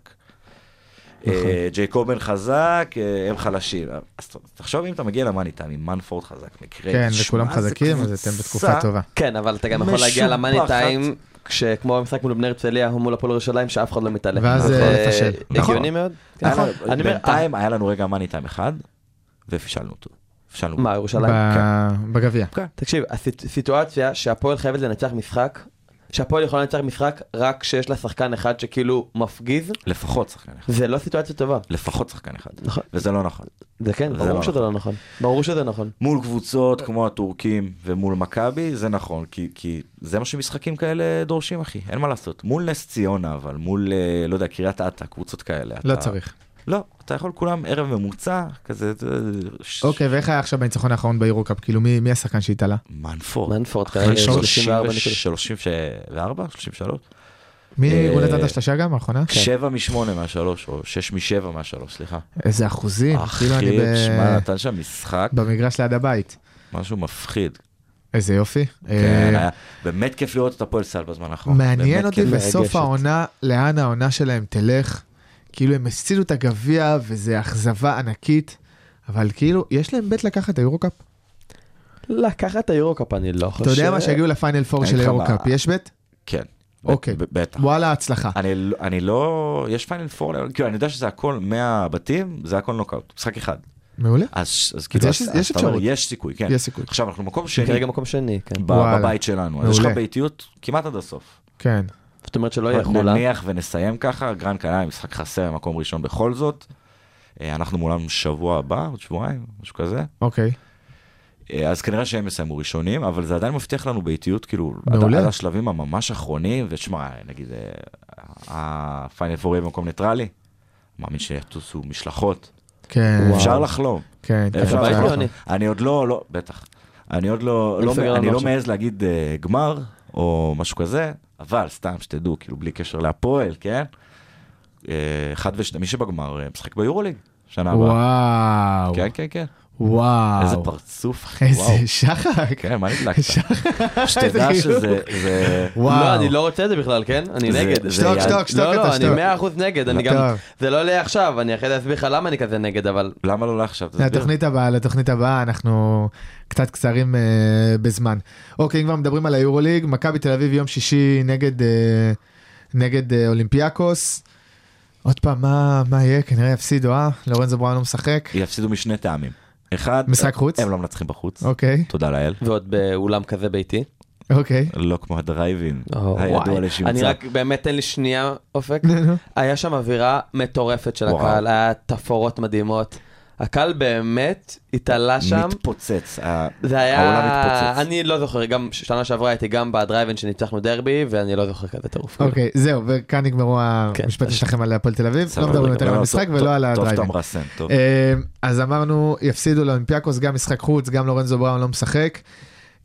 E: נכון.
F: אה, ג'ייקובן חזק, אה, הם חלשים. אז ת- תחשוב אם אתה מגיע למאניטה, עם מנפורד חזק, מקרי.
E: כן,
F: שמע,
E: וכולם
F: זה
E: חזקים, אז אתם
F: קבוצה-
E: בתקופה טובה.
G: כן, אבל אתה גם יכול להגיע
F: משובחת.
G: למאני טיים, כשכמו המשחק מול בני הרצליה או מול הפועל ירושלים, שאף אחד לא מתעלם.
E: ואז,
G: זה
E: אה, לפשל. נכון.
G: הגיוני מאוד. כן.
F: היה לנו-
G: אני אומר,
F: בינתיים היה לנו רגע מאני טיים אחד, ופישלנו אותו. פישלנו.
G: אה, מה,
E: ב-
G: ירושלים?
F: כן.
E: בגביע.
G: תקשיב, הסיטואציה שהפועל חייבת לנצח משחק, שהפועל יכולה לנצח משחק רק כשיש לה שחקן אחד שכאילו מפגיז,
F: לפחות שחקן אחד.
G: זה לא סיטואציה טובה.
F: לפחות שחקן אחד.
G: נכון.
F: וזה לא נכון.
G: זה כן,
F: זה
G: ברור
F: לא
G: שזה לא נכון. ברור שזה נכון.
F: מול קבוצות כמו הטורקים ומול מכבי, זה נכון, כי, כי זה מה שמשחקים כאלה דורשים, אחי, אין מה לעשות. מול נס ציונה, אבל מול, אה, לא יודע, קריית אתא, קבוצות כאלה.
E: לא
F: אתה-
E: צריך.
F: לא, אתה יכול כולם ערב ממוצע, כזה... אה, ש-
E: אוקיי, ואיך היה עכשיו בניצחון האחרון ביורוקאפ? כאילו, מי מי השחקן שהתעלה?
F: מנפורד.
G: מנפורד כרגע
F: אחרי
G: 34
F: 34,
G: נקודות.
F: 34, 33?
E: מי, הוא
F: אה, כן.
E: נתן את השלושה גם, האחרונה?
F: 7 מ-8 מהשלוש, או 6 מ-7 מהשלוש, סליחה.
E: איזה אחוזים,
F: אחי,
E: כאילו אני ב-
F: שמע, נתן שם משחק,
E: במגרש ליד הבית.
F: משהו מפחיד.
E: איזה יופי. אה,
F: כן, היה באמת כיף לראות את הפועל סל בזמן האחרון. נכון, באמת כן,
E: מעניין אותי
F: כיף.
E: בסוף
G: מרגשת.
E: העונה, לאן העונה שלהם תלך. כאילו הם הפסידו את הגביע וזה אכזבה ענקית, אבל כאילו, יש להם בית לקחת את היורוקאפ.
G: לקחת את היורוקאפ אני לא חושב.
E: אתה יודע מה, שהגיעו לפיינל פור
F: אני
E: של
F: אגיד לך
E: היורוקאפ,
F: מה.
E: יש בית?
F: כן.
E: אוקיי.
F: ב- בטח.
E: וואלה, הצלחה.
F: אני, לא- אני לא, יש פיינל פור, כאילו אני יודע שזה הכל 100 בתים, זה הכל נוקאוט, משחק אחד.
E: מעולה.
F: אז, אז כאילו,
E: יש-
F: אז,
E: יש
F: אז אתה אומר,
E: אפשרות.
F: יש סיכוי, כן.
E: יש סיכוי. אוקיי,
F: עכשיו אנחנו במקום
G: שני.
F: שני
G: כרגע מקום שני, כן.
F: ב-
E: וואלה.
F: בבית שלנו, אז יש לך
E: מעולה.
F: ביתיות כמעט עד הסוף.
E: כן.
G: זאת אומרת שלא לא יהיה חולה.
F: נניח ונסיים ככה, גרן קנאי, משחק חסר, מקום ראשון בכל זאת. אה, אנחנו מולם שבוע הבא, עוד שבועיים, משהו כזה.
E: אוקיי.
F: אה, אז כנראה שהם יסיימו ראשונים, אבל זה עדיין מבטיח לנו באיטיות, כאילו, עד,
E: מעולה.
F: עד השלבים הממש אחרונים, ושמע, נגיד, אה, הפיינל פור יהיה במקום ניטרלי, מאמין שיטוסו משלחות.
E: כן.
F: אפשר לחלום.
E: כן. כן.
F: אפשר
G: בבית
F: לחלום.
G: פלוני.
F: אני עוד לא, לא, בטח. אני עוד לא,
G: אני
F: לא
G: סוגר
F: אני
G: לנו
F: לא
G: עכשיו.
F: מעז להגיד אה, גמר, או משהו כזה, אבל סתם, שתדעו, כאילו, בלי קשר להפועל, כן? אה, אחד ושני, מי שבגמר, אה, משחק ביורוליג, שנה הבאה.
E: וואו.
F: כן, כן, כן.
E: וואו.
F: איזה פרצוף, אחי, וואו.
E: איזה שחק. כאילו-
F: כן, מה נדלקת? שתדע שזה... זה-
G: לא,
E: וואו.
G: אני לא רוצה את זה בכלל, כן? אני
F: זה-
G: נגד.
F: זה
E: שתוק,
F: יד-
E: שתוק, שתוק,
G: לא,
E: אתה
G: לא, אני
E: שתוק.
G: 100% נגד, אני גם...
E: טוב.
G: זה לא עולה עכשיו, אני אחרי זה אסביר לך למה אני כזה נגד, אבל...
F: למה לא לעכשיו? תסביר.
E: לתוכנית הבאה, לתוכנית הבאה, אנחנו קצת קצרים אה, בזמן. אוקיי, אם כבר מדברים על היורוליג, מכבי תל אביב יום שישי נגד, אה, נגד אה, אולימפיאקוס. עוד פעם, מה, מה יהיה? כנראה יפסידו, אה? לורנזו בראון לא משחק.
F: יפסידו משני טעמים. אחד...
E: משחק חוץ?
F: הם לא מנצחים בחוץ.
E: אוקיי,
F: תודה לאל.
G: ועוד באולם כזה ביתי.
E: אוקיי.
F: לא כמו הדרייבין,
G: או,
F: הידוע
G: וואי. אני
F: לשמצה.
G: רק, באמת, תן לי שנייה אופק.
E: אה, נו.
G: היה שם אווירה מטורפת של
F: וואו.
G: הקהל, היה תפאורות מדהימות. הקהל באמת התעלה שם.
F: מתפוצץ. ה-
G: זה היה...
F: העולם מתפוצץ.
G: אני לא זוכר, גם שנה שעברה הייתי גם בדרייבן שניצחנו דרבי, ואני לא זוכר כזה טירוף.
E: אוקיי, זהו, וכאן נגמרו המשפטים
G: אז-
E: שלכם על הפועל תל אביב.
F: כן. סבבה,
E: לא מדברים
F: רגע,
E: יותר על
F: לא,
E: המשחק
F: טוב,
E: ולא על
F: טוב, טוב,
E: הדרייבים.
F: אתה מרסן, טוב.
E: אה, אז אמרנו, יפסידו לאולימפיאקוס, גם משחק חוץ, גם לורנזו בראון לא משחק.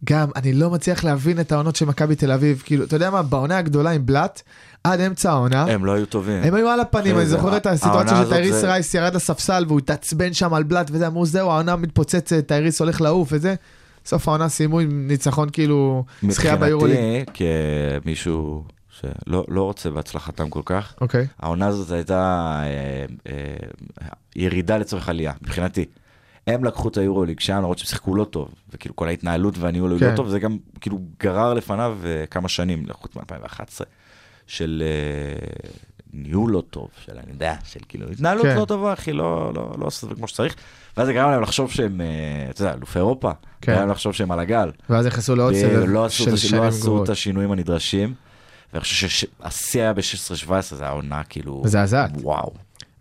E: גם, אני לא מצליח להבין את העונות של מכבי תל אביב, כאילו, אתה יודע מה, בעונה הגדולה עם בלאט, עד אמצע העונה,
F: הם לא היו טובים.
E: אה, הם היו על הפנים,
F: אחי,
E: אני
F: זה-
E: זוכר את
F: העונה
E: הסיטואציה
F: הזאת
E: שטייריס
F: זה-
E: רייס ירד לספסל והוא התעצבן שם על בלאט, וזה, אמרו, זהו, העונה מתפוצצת, טייריס הולך לעוף וזה. סוף העונה סיימו עם ניצחון כאילו, זכייה ביורוליג.
F: מבחינתי, כמישהו שלא לא רוצה בהצלחתם כל כך,
E: אוקיי,
F: העונה הזאת הייתה אה, אה, ירידה לצורך עלייה, מבחינתי. הם לקחו את היורוליג שם, למרות שהם שיחקו לא טוב, וכאילו כל ההתנהלות והניהול היו
E: כן.
F: לא טוב, זה גם כאילו גרר לפניו אה, כמה שנים, חוץ מ-2011, של אה, ניהול לא טוב, של אני יודע, של כאילו התנהלות
E: כן.
F: לא טובה, אחי, לא, לא, לא עושה את זה כמו שצריך, ואז זה גרם להם לחשוב שהם, אה, אתה יודע, אלופי אירופה,
E: כן.
F: גרם להם לחשוב שהם על הגל.
E: ואז נכנסו לעוד
F: בדיוק,
E: סבב
F: לא עשו את
E: של
F: הש- לא
E: שנים
F: עשו
E: גרועות.
F: את השינויים הנדרשים. ואני חושב שהשיא היה ב-16-17, זה היה עונה כאילו...
E: מזעזעת.
F: וואו.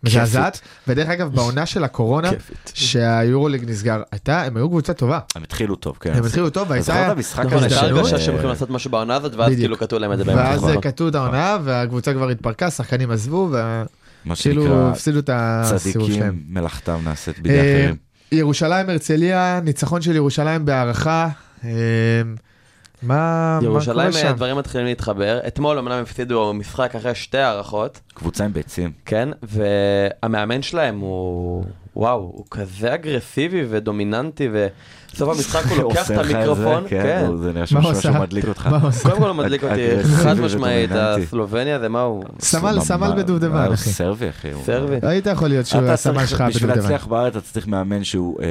E: מזעזעת, ודרך אגב, בעונה של
F: כן.
E: הקורונה,
G: כיפית.
E: שהיורוליג נסגר, הייתה, הם היו קבוצה טובה.
F: הם התחילו טוב, כן.
E: הם התחילו טוב,
F: אתה זוכר
E: והייתה
F: את המשחק אה,
E: נכון,
G: נכון, הייתה
E: הזדמנות.
G: הרגשה שהם הולכים לעשות משהו בעונה הזאת, ואז
E: בדיוק.
G: כאילו קטעו להם את זה
E: ואז
G: באמת.
E: קטעו את העונה, והקבוצה כבר התפרקה, שחקנים עזבו,
F: מה
E: וכאילו
F: שנקרא,
E: כאילו, הפסידו את הסיבוב שלהם.
F: צדיקים מלאכתם נעשית בידי
E: אה,
F: אחרים.
E: ירושלים הרצליה, ניצחון של ירושלים בהערכה. אה, מה מה
G: ירושלים
E: קורה שם?
G: הדברים מתחילים להתחבר. אתמול אמנם הפסידו משחק אחרי שתי הערכות,
F: קבוצה עם ביצים.
G: כן? והמאמן שלהם הוא, וואו, הוא כזה אגרסיבי ודומיננטי, בסוף המשחק
F: <laughs>
G: הוא לוקח
F: עושה
G: את
F: לך זה,
G: המיקרופון,
F: כן,
G: כן.
F: הוא- זה נראה
E: מה הוא
F: שמשהו
E: עשה?
F: שהוא מדליק אותך.
E: מה הוא עושה?
G: קודם כל הוא מדליק
F: אג-
G: אותי,
F: אגרסיבי
G: חד משמעית,
F: ודומיננטי.
G: הסלובניה זה מה הוא,
E: סמל- סמל בדובדבן,
F: הוא
E: אחי.
F: אה, סרבי, אחי. הוא-
G: סרבי.
E: היית יכול להיות שהוא
F: אתה
E: הסמן
F: צריך-
E: שלך
F: בשביל
E: בדובדבן.
F: להצליח בארץ אתה צריך מאמן שהוא... אה,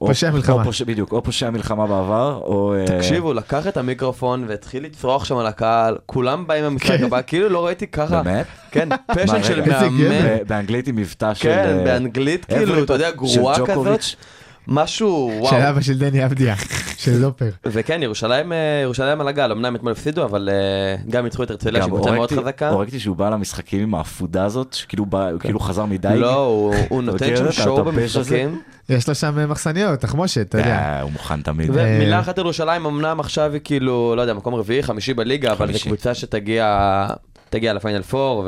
F: או-
E: פושע מלחמה.
F: או פושע- בדיוק, או פושע מלחמה בעבר, או... אה,
G: תקשיבו, לקח את המיקרופון והתחיל לצרוח שם על הקהל, כולם באים למשחק
E: כן.
G: הבא, כאילו לא ראיתי ככה,
F: באמת?
G: כן,
F: מה,
G: פשן של
F: רגע,
E: איזה גבר.
G: מאמן,
F: ב- באנגלית עם מבטא של...
G: כן,
F: אה,
G: באנגלית,
F: איפה
G: כאילו, אתה יודע,
F: של
G: גרועה כזאת,
F: ג'וקוביץ'.
G: משהו, וואו.
E: של אבא של דני אבדיה, של לופר.
G: וכן, ירושלים, אה, ירושלים על הגל, אמנם אתמול הפסידו, אבל אה, גם ניצחו את הרצליה,
F: גם
G: שהיא קבוצה מאוד
F: הורגתי-
G: חזקה. כן.
F: הורגתי שהוא בא למשחקים עם האפודה הזאת, שכאילו בא- הוא כאילו חזר מדייג.
G: לא, הוא- הוא נותן
F: מכיר
G: שם
F: את
G: שואו
F: הטפש הזה?
G: במשחקים.
E: יש לו שם אה, מחסניות, תחמושת, אתה יודע.
F: אה, הוא מוכן תמיד.
G: ומילה אחת על ירושלים, אמנם עכשיו היא כאילו, לא יודע, מקום רביעי, חמישי בליגה, אבל זו
F: חמישי.
G: קבוצה שתגיע תגיע לפיינל 4,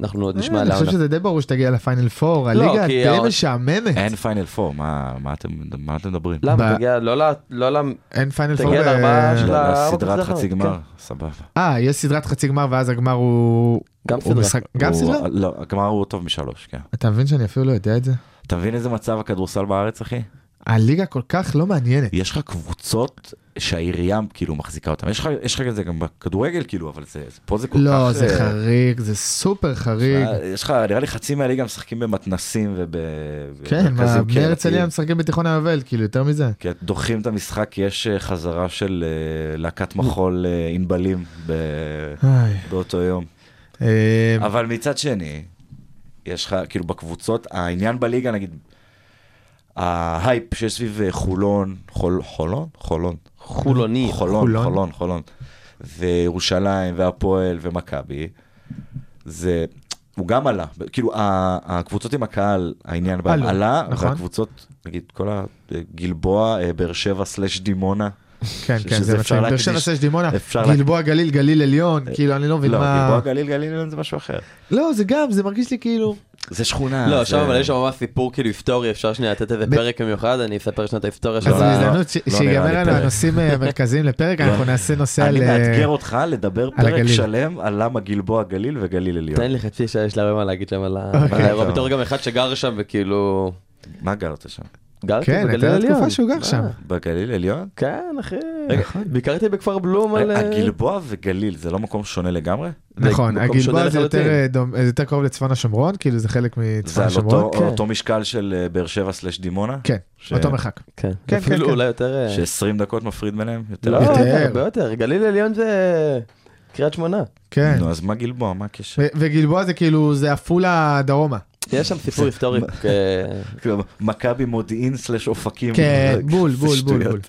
G: ואנחנו עוד נשמע
E: אה, אני
G: עליה.
E: חושב שזה די ברור שתגיע לפיינל 4, הליגה
G: כי
E: די
G: ה-
E: משעממת.
F: אין פיינל 4, מה מה אתם מה אתם מדברים?
G: למה?
E: ב-
G: תגיע לא ל... לא ל...
E: אין פיינל 4.
G: תגיע לארבעה של ה-
F: סדרת
G: בקבוצה
F: לא, חצי
G: האחרונה,
F: גמר, סבבה.
E: אה, יש סדרת חצי גמר ואז הגמר הוא...
G: גם
E: הוא
G: סדרה.
E: משחק- גם
F: הוא-
E: סדרה?
F: לא, הגמר הוא טוב משלוש, כן.
E: אתה מבין שאני אפילו לא יודע את זה?
F: אתה מבין איזה מצב הכדורסל בארץ, אחי?
E: הליגה כל כך לא מעניינת.
F: יש לך קבוצות שהעירייה כאילו מחזיקה אותן. יש לך- יש לך את זה גם בכדורגל, כאילו, אבל זה, זה- פה זה כל כך...
E: לא, זה
F: אה,
E: חריג, זה סופר חריג.
F: אה, יש לך, נראה לי חצי מהליגה משחקים במתנסים וב...
E: כן,
F: במרכזים
E: מה, בני
F: קהילתיים.
E: הרצליה משחקים בתיכון היובל, כאילו, יותר מזה.
F: כי דוחים את המשחק, כי יש אה, חזרה של אה, להקת מחול אה, ענבלים ב-
E: איי.
F: באותו יום.
E: אה,
F: אבל מצד שני, יש לך, כאילו בקבוצות, העניין בליגה, נגיד, ההייפ שיש סביב אה, חולון, חול, חולון? חולון.
G: חולוני.
F: חולון,
E: חולון.
F: חולון, חולון. וירושלים, והפועל, ומכבי, זה, הוא גם עלה. כאילו, ה- הקבוצות עם הקהל, העניין בהם
E: עלו,
F: עלה,
E: נכון.
F: והקבוצות, נגיד, כל הגלבוע, אה, באר שבע סלאש דימונה.
E: כן,
F: ש-
E: כן,
F: שזה
E: זה
F: אפשר
E: מצחיק. באר
F: להקדיש-
E: שבע שש דימונה,
F: אפשר להק-
E: גלבוע גליל, גליל עליון, כאילו, אני לא מבין
F: לא,
E: מה...
F: גלבוע גליל, גליל עליון זה משהו אחר.
E: לא, זה גם, זה מרגיש לי כאילו...
F: זה שכונה.
G: לא,
F: זה-
G: שם אבל יש שם ממש סיפור כאילו היסטורי, אפשר שנייה לתת איזה
E: אה, ב-
G: פרק במיוחד, אני אספר שנייה את ההיסטוריה של
E: אז
F: לא, לא,
G: ה...
E: בהזדמנות ש-
F: לא
E: שיגמר
F: נראה לי
E: לנו
F: פרק.
E: הנושאים אה, המרכזיים לפרק, אנחנו נעשה נושא על...
F: אני
E: אה,
F: מאתגר אותך לדבר פרק
E: הגליל.
F: שלם על למה גלבוע גליל וגליל עליון.
G: תן לי חצי שעה, יש לי הרבה מה להגיד שם על ה-
E: אוקיי.
G: על האירוע, בתור גם אחד שגר שם וכאילו...
F: מה גרת שם?
G: גרתי
E: כן,
G: בגליל
E: הייתה
G: עליון.
E: תקופה שהוא גר
G: מה?
E: שם. נכון.
F: בגליל עליון?
G: כן, אחי. ביקרתי בכפר בלום על... אה,
F: הגלבוע וגליל זה לא מקום שונה לגמרי?
G: זה
E: נכון,
G: מקום שונה
E: הגלבוע זה יותר,
G: לחלוטין.
E: אה, דומ- זה יותר קרוב לצפון השומרון, כאילו זה חלק
F: זה
E: מצפון
F: על אותו-
E: השומרון.
F: על אותו משקל של אה, באר שבע סלש דימונה?
E: כן,
F: ש-
E: אותו מרחק.
G: כן,
E: כן,
G: אפילו
E: כן.
G: אולי יותר... אה,
F: ש-20 דקות מפריד ביניהם? יותר?
G: לא,
E: יותר.
G: הרבה יותר. גליל עליון זה קריית שמונה.
E: כן.
F: נו, אז מה גלבוע? מה הקשר?
E: ו- וגלבוע זה כאילו, זה עפולה דרומה.
G: יש שם סיפור היסטורי. אה,
F: כאילו, מכבי מודיעין סלש אופקים.
E: כן, בול,
F: איזה
E: בול, בול,
F: שטויות.
E: בול.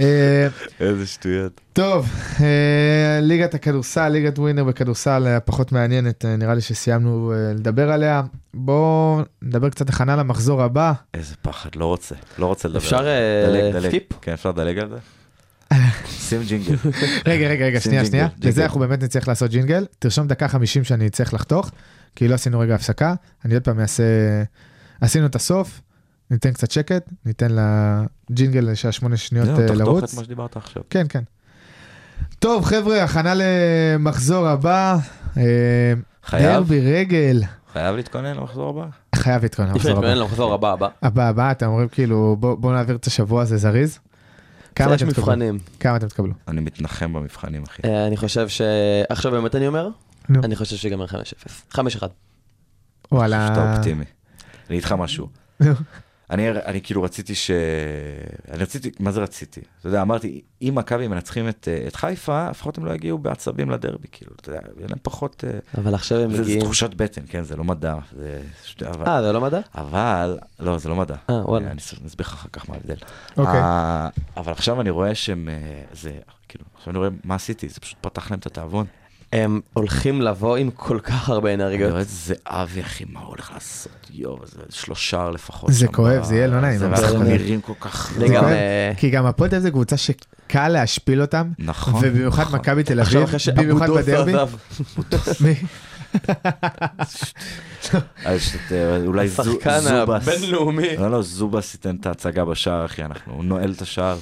E: אה,
F: איזה שטויות.
E: טוב, אה, ליגת הכדורסל, ליגת ווינר בכדורסל אה, פחות מעניינת, אה, נראה לי שסיימנו אה, לדבר עליה. בואו נדבר קצת הכנה למחזור הבא.
F: איזה פחד, לא רוצה. לא רוצה לדבר.
G: אפשר,
F: על זה.
G: אה,
F: דלג, דלג.
G: סקיפ?
F: כן, אפשר לדלג
E: <laughs>
F: על זה? שים ג'ינגל.
E: רגע, רגע, רגע,
F: שים
E: שנייה,
F: כן. ג'ינגל,
E: שנייה.
F: ג'ינגל.
E: לזה אנחנו באמת נצטרך לעשות ג'ינגל. תרשום דקה 50 שאני צריך לחתוך, כי לא עשינו רגע הפסקה. אני עוד פעם אעשה... עשינו את הסוף, ניתן קצת שקט, ניתן לג'ינגל שהשמונה שניות
F: זהו,
E: אה,
F: תחתוך
E: לרוץ.
F: את מה שדיברת עכשיו.
E: כן, כן. טוב, חבר'ה, הכנה למחזור הבא. אה,
F: חייב?
E: דרבי רגל.
F: חייב להתכונן למחזור הבא?
E: חייב
F: <laughs>
E: להתכונן
G: אי אפשר
E: למחזור הבא.
G: להתכונן למחזור לא, הבא הבא.
E: הבא הבא, אתם אומרים כאילו, בואו בוא נעביר את השבוע הזה
F: <laughs>
E: זריז. כמה
G: יש
E: אתם תקבלו?
G: מבחנים.
E: כמה אתם תקבלו?
F: אני מתנחם במבחנים, אחי.
G: אה, אני חושב ש... עכשיו באמת אני אומר?
E: נו.
G: אני חושב שיגמר 5-0. 5-1.
E: וואלה.
F: שאתה אופטימי. אני אגיד לך
G: <laughs>
F: משהו.
E: נו.
F: אני, אני כאילו רציתי ש... אני רציתי, מה זה רציתי? אתה יודע, אמרתי, אם מכבי מנצחים את, אה, את חיפה, לפחות הם לא יגיעו בעצבים לדרבי, כאילו, אתה יודע, יהיה להם פחות... אה,
G: אבל עכשיו הם
F: זה, זה
G: מגיעים...
F: תחושת בטן, כן, זה לא מדע. זה, שת- אבל,
G: אה, זה לא מדע?
F: אבל, לא, זה לא מדע.
G: אה, וואלה.
F: אני אס- אני אסביר לך אחר כך מה ההבדל.
E: אוקיי.
F: אה, אבל עכשיו אני רואה שהם, אה, זה, כאילו, עכשיו אני רואה מה עשיתי, זה פשוט פתח להם את התיאבון.
G: הם הולכים לבוא עם כל כך הרבה
F: אני
G: אנרגיות.
F: רואה את זהבי, אחי, מה הוא הולך לעשות? יואו, זה שלושה לפחות.
E: זה
F: שם
E: כואב,
F: ב-
E: זה יהיה לא נעים,
F: זה,
E: אבל
F: ואנחנו
E: זה-
F: נראים כל כך...
G: זה
F: רע.
G: גם...
E: כואב.
G: אה,
E: כי גם הפועל תל אביב זה קבוצה שקל להשפיל אותם,
F: נכון.
E: ובמיוחד
F: נכון.
E: מכבי תל
G: עכשיו
E: אביב,
G: אחרי
E: במיוחד
G: שאבודוס
E: בדרבי.
G: עזב.
E: מי?
F: אז שאת, אה, אולי זו-
G: השחקן
F: זובס.
G: הבינלאומי.
F: לא, לא, זובס ייתן את ההצגה בשער, אחי,
E: אה.
F: אנחנו, הוא נועל את השער.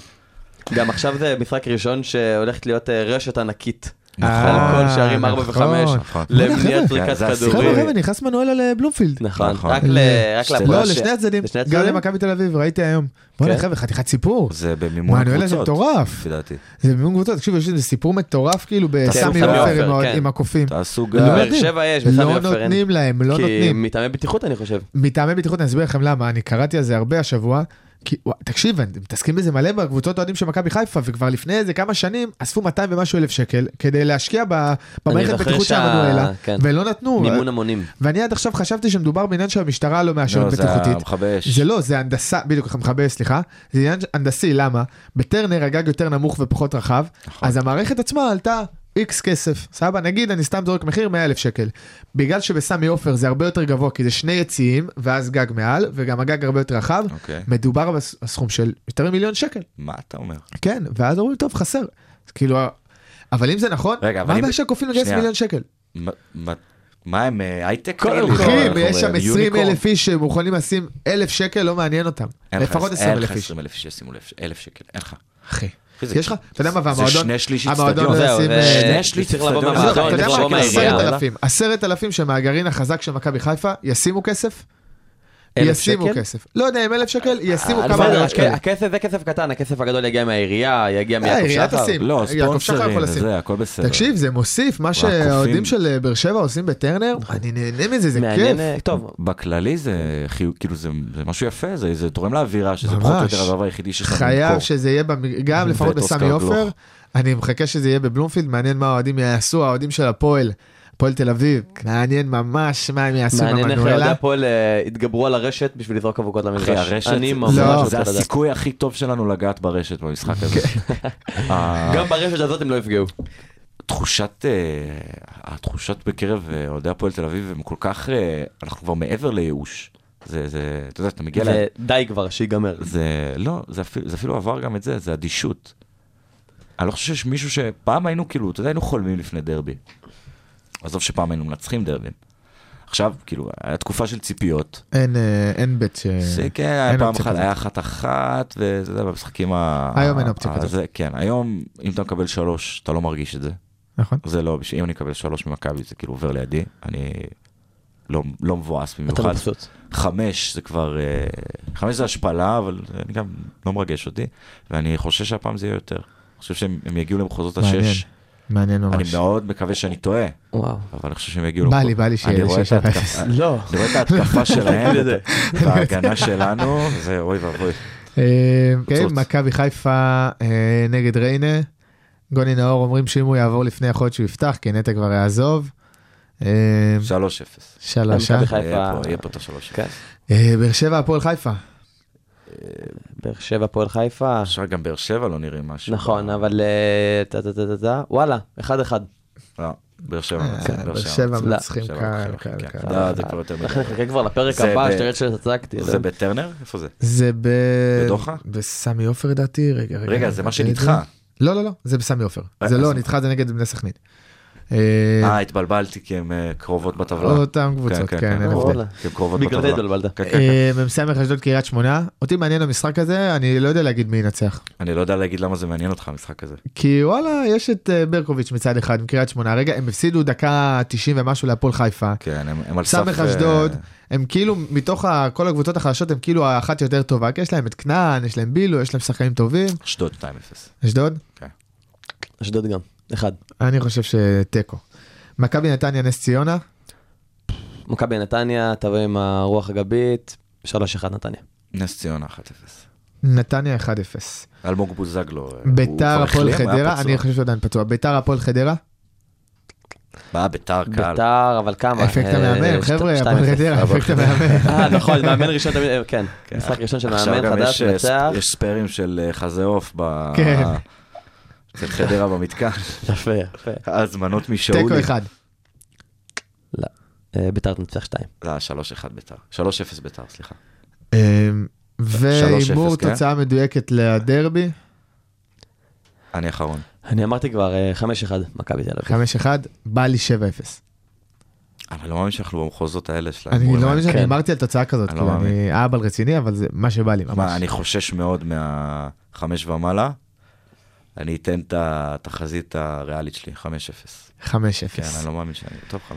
G: גם עכשיו זה משחק ראשון שהולכת להיות אה, רשת ענקית.
E: אה,
G: נכון, שערים 4
E: נכון.
G: ו-5,
H: נכון.
G: למניעת זריקת
F: כן, זה הסיפור.
E: חבר'ה,
F: אורי.
G: כדורים.
E: חבר'ה, נכנס מנואל על אה, בלומפילד.
G: נכון,
F: נכון.
G: רק ל- רק
F: שתי-
G: לפועל
E: לא,
G: ש-
E: לשני הצדדים,
G: לשני
E: גם
G: הצדדים?
E: למכבי תל אביב, ראיתי היום. בוא'נה
G: כן.
E: חבר'ה, חתיכת סיפור.
F: זה במימון
E: מנואל הזה
F: הקבוצות,
E: מטורף.
F: לפי דעתי.
E: זה מימון קבוצות, תקשיב, יש איזה סיפור מטורף כאילו בסמי
G: סמי
E: עופר
G: עופר,
E: עם ה-
G: כן.
E: עם הקופים.
F: תעשו
E: לא
F: גם...
G: באר
E: יודעים.
G: שבע יש,
E: לא
G: בסמי עופר אין.
E: נותנים להם, לא
G: כי
E: נותנים.
G: מטעמי בטיחות אני חושב.
E: מטעמי בטיחות, אני אסביר לכם למה, אני קראתי על זה הרבה השבוע. כי, ווא, תקשיב, הם מתעסקים בזה מלא בקבוצות אוהדים של מכבי חיפה, וכבר לפני איזה כמה שנים אספו 200 ומשהו אלף שקל כדי להשקיע ב- במערכת
G: זוכר
E: בטיחות של
G: שה-
E: המנואלה,
G: כן.
E: ולא נתנו.
G: מימון המונים.
E: ואני עד עכשיו חשבתי שמדובר בעניין שהמשטרה לא מאשרת
F: לא, זה
E: בטיחותית.
F: המכבי אש.
E: זה לא, זה הנדסה, בדיוק, המכבה, סליחה, זה עניין הנדסי, למה? בטרנר הגג יותר נמוך ופחות רחב,
F: נכון.
E: אז המערכת עצמה עלתה איקס כסף, סבבה? נגיד, אני סתם זורק מחיר 100 אלף שקל. בגלל שבסמי עופר זה הרבה יותר גבוה, כי זה שני יציאים, ואז גג מעל, וגם הגג הרבה יותר רחב,
F: אוקיי.
E: מדובר בס- בסכום של יותר ממיליון שקל,
F: מה אתה אומר?
E: כן, ואז אומרים, טוב, חסר. אז כאילו, אבל אם זה נכון,
F: רגע, אבל
E: מה
F: אם-
E: הבעיה שהקופים לגייס
F: שנייה.
E: מיליון שקל?
F: מה- מה- מה הם אה, הייטק?
G: קודם
F: כאילו?
G: כל,
E: אחי,
F: אנחנו
E: יש שם
F: אומרים,
E: 20
F: יוניקורן.
E: אלף איש שמוכנים לשים אלף שקל, לא מעניין אותם.
F: אין לך-
E: לפחות 20 אלף
F: אין לך
E: איש.
F: 20 אלף איש, שימו לב, אלף שקל, אין לך.
E: אחי.
F: אחי, זה-
E: יש לך, אתה יודע מה,
F: זה
E: והמועדון,
F: שני שליש
E: המועדון
F: אצטדיון.
E: לא
G: זהו,
E: ישים,
G: זה-
E: אה,
F: שני שליש
G: צריך לבוא
F: אצטדיון.
E: עזוב,
G: מהמועדון,
E: אתה יודע
G: לבוא
E: מה,
G: לא, מהעירייה.
E: עשרת אלפים, עשרת אלפים שמהגרעין החזק של מכבי חיפה ישימו כסף,
G: אלף
E: ישימו
G: שקל?
E: כסף. לא יודע אם אלף שקל, ישימו
G: אה,
E: כמה
G: בסדר,
E: אלף
G: הכ-
E: שקל.
G: הכסף זה כסף קטן, הכסף הגדול יגיע מהעירייה, יגיע
E: אה,
G: מיעקב
E: העירייה
G: שחר.
E: תשים,
F: לא,
E: יעקב שחר
F: ספונסרים,
E: יכול לשים.
F: זה, הכל בסדר.
E: תקשיב, זה מוסיף, מה שהאוהדים של אה, באר שבע עושים בטרנר, אני נהנה מזה, זה כיף.
G: נכון. מעניין, אה, טוב,
F: בכללי זה חיו- כאילו זה זה משהו יפה, זה זה תורם לאווירה, שזה פחות או
E: ממש.
F: יותר הדבר היחידי שיש לנו
E: חייב
F: למכור.
E: שזה יהיה, במג- גם לפחות
F: ואת אוסקר
E: בסמי עופר,
F: גלוך.
E: אני מחכה שזה יהיה בבלומפילד, מעניין מה האוהדים יעשו, האוהדים של הפועל, הפועל תל אביב, מעניין ממש מה הם יעשו עם
G: מעניין איך אוהדי
E: המנואלה.
G: הפועל אה, התגברו על הרשת בשביל לזרוק אבוקות למגרש.
F: אחי, הרשת,
G: אני
F: זה-
G: ממש
E: לא.
G: רוצה
F: זה
G: לדעת.
F: הסיכוי הכי טוב שלנו לגעת ברשת במשחק הזה.
E: כן.
F: <laughs> ה-
G: גם ברשת הזאת הם לא יפגעו.
F: תחושת, אה, התחושות בקרב אה, אוהדי הפועל תל אביב הם כל כך, אה, אנחנו כבר מעבר לייאוש. זה, זה, אתה יודע, אתה מגיע ל...
G: זה די כבר, שיגמר.
F: כן. זה, לא, זה אפילו, זה אפילו עבר גם את זה, זה אדישות. אני לא חושב שיש מישהו ש... פעם היינו כאילו, אתה יודע, היינו חולמים לפני דרבי. עזוב שפעם היינו מנצחים דרבים. עכשיו, כאילו, היה תקופה של ציפיות.
E: אין, אה, אין בית ש...
F: זה כן, היה
E: אין
F: פעם
E: אופציה
F: אחת,
E: כזאת.
F: היה אחת אחת, ואתה יודע, במשחקים ה...
E: היום אין אופציה
F: ה-
E: כזאת.
F: זה, כן, היום, אם אתה מקבל שלוש, אתה לא מרגיש את זה.
E: נכון.
F: זה לא, בשביל- אם אני אקבל שלוש ממכבי, זה כאילו עובר לידי, אני לא, לא מבואס
G: אתה
F: במיוחד.
G: מבסוט.
F: חמש זה כבר, אה, חמש זה השפלה, אבל אני גם לא מרגש אותי, ואני חושש שהפעם זה יהיה יותר. אני חושב שהם הם יגיעו למחוזות
E: מעניין,
F: השש.
E: מעניין
F: אני
E: ממש.
F: מאוד מקווה שאני טועה,
G: וואו.
F: אבל אני חושב שהם יגיעו
E: בא
F: למחוזות.
E: לי, בא לי שיהיה
F: אני רואה את
E: שש אפס.
F: ההתקפה-
G: לא.
F: אני רואה את ההתקפה שלהם, וההגנה שלנו, זה אוי ואבוי.
E: אה, כן,
F: חוצות.
E: מכבי חיפה אה, נגד ריינה. גוני נאור אומרים שאם הוא יעבור לפני יכול להיות שהוא יפתח, כי נטע כבר יעזוב. אה,
F: 3-0.
E: שלוש, אה?
G: מכבי חיפה.
F: יהיה פה- יהיה פה את השלוש.
G: כן.
E: אה, באר שבע, הפועל חיפה.
G: באר שבע, פועל חיפה.
F: עכשיו גם באר שבע לא נראים משהו.
G: נכון, אבל אה, טה טה טה טה טה, וואלה, אחד אחד.
F: לא, באר שבע.
E: אה,
F: מנצחים,
E: באר שבע
F: מנצחים.
E: מנצחים
F: שבע
E: קל,
F: מנצחים,
E: קל,
F: כן.
E: קל.
F: לא, זה כבר יותר
G: אנחנו <laughs>
F: מדי.
G: נחכה כבר לפרק
F: זה
G: הבא,
F: ב-
G: שתראה שצדקתי.
F: זה בטרנר? איפה זה?
E: זה ב...
F: בדוחה?
E: בסמי עופר לדעתי, רגע, רגע.
F: רגע, זה מה
E: אני יודע.
F: שנדחה.
E: לא, לא, לא, זה בסמי עופר.
F: אה,
E: זה
F: אז
E: לא
F: מה?
E: נדחה, זה נגד בני סכנין. אה,
F: אה, התבלבלתי כי הן אה, קרובות בטבלה.
E: אותם קבוצות, כן, אין הבדל.
G: וואלה.
F: כי הן קרובות
G: בגלל זה
F: בטבלה.
G: התבלבלת.
F: כן, כן, כן.
E: אה, מ"ס אשדוד קריית שמונה, אותי מעניין המשחק הזה, אני לא יודע להגיד מי ינצח.
F: אני לא יודע להגיד למה זה מעניין אותך המשחק הזה.
E: כי וואלה, יש את אה, ברקוביץ' מצד אחד עם קריית שמונה, רגע, הם הפסידו דקה 90 ומשהו להפועל חיפה.
F: כן, הם הם על סף...
E: סמך
F: אה,
E: אשדוד, הם כאילו, מתוך ה- כל הקבוצות החלשות, הם כאילו האחת יותר טובה, כי יש להם את כנען, יש להם בילו, יש להם שחקנים טובים.
F: אשדוד 2-0.
E: אשדוד?
F: כן.
G: אשדוד גם. אחד.
E: אני חושב שתיקו. מכבי נתניה, נס ציונה,
G: מכבי נתניה, תבוא עם הרוח הגבית, 3-1 נתניה.
F: נס ציונה 1-0.
E: נתניה 1-0.
F: אלמוג בוזגלו. אה, הוא כבר
E: ביתר הפועל
F: החלים, היה
E: חדרה,
F: פצוע.
E: אני חושב שהוא עדיין פצוע, ביתר הפועל חדרה,
F: מה, ביתר קהל.
G: ביתר, אבל כמה?
E: אפקט
G: אה,
E: המאמן,
G: שת-
E: חבר'ה,
G: שתיים
E: הפועל
G: אפס.
E: חדרה, אפקט המאמן.
G: <laughs> אה, נכון, מאמן ראשון תמיד, אה, כן, משחק ראשון של
F: עכשיו
G: מאמן
F: גם
G: חדש,
F: יש, אה,
G: מנצח.
F: ספ- יש ספיירים של אה, חזה עוף ב...
E: כן.
F: אצל חדרה במתקן. <laughs>
G: יפה, יפה.
F: הזמנות משאולי.
E: תיקו אחד.
G: אה, ביתר תנצח 2.
F: לא, 3-1 ביתר. 3-0 ביתר, סליחה.
E: אמ, והימור
F: אה, כן?
E: תוצאה מדויקת לדרבי,
F: אני אחרון.
G: אני אמרתי כבר, אה, 5-1, מכבי תל אביב.
E: 5-1, בא לי 7-0.
F: אני לא מאמין שאנחנו במחוזות האלה של
E: אני
F: ההימורים
E: לא
F: האלה.
E: מאמין שאני
G: כן.
E: הימרתי על תוצאה כזאת,
F: אני
E: כאילו,
F: לא מאמין.
E: אני אהבל רציני, אבל זה מה שבא לי
F: מה,
E: ממש.
F: אני חושש מאוד מהחמש ומעלה, אני אתן את התחזית הריאלית שלי, 5-0.
E: 5-0.
F: כן, אני לא מאמין שאני... טוב, 5-0.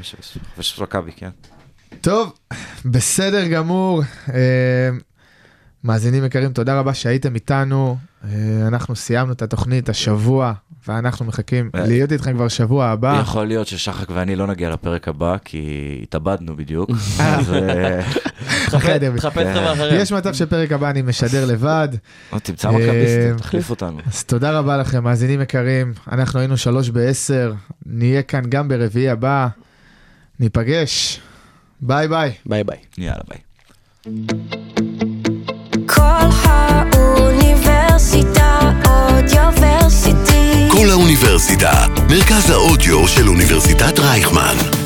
F: חופש מכבי, כן.
E: טוב, בסדר גמור. אה, מאזינים יקרים, תודה רבה שהייתם איתנו. אה, אנחנו סיימנו את התוכנית השבוע, ואנחנו מחכים
F: אה.
E: להיות איתכם כבר שבוע הבא.
F: יכול להיות ששחק ואני לא נגיע לפרק הבא, כי התאבדנו <laughs> בדיוק. אז, אה,
E: חכה, דוד.
G: תחפש
F: כן.
G: חבר'ה אחרים.
E: יש מצב שפרק הבא אני משדר
F: <laughs>
E: לבד,
F: לא, תמצא מכביסטים,
E: אה,
F: תחליף אותנו.
E: אז תודה רבה לכם, מאזינים יקרים. אנחנו היינו שלוש בעשר, נהיה כאן גם ברביעי הבא. ניפגש. ביי ביי.
G: ביי ביי.
F: יאללה, ביי.
B: כל האוניברסיטה אודיוורסיטי
H: כל האוניברסיטה, מרכז האודיו של אוניברסיטת רייכמן.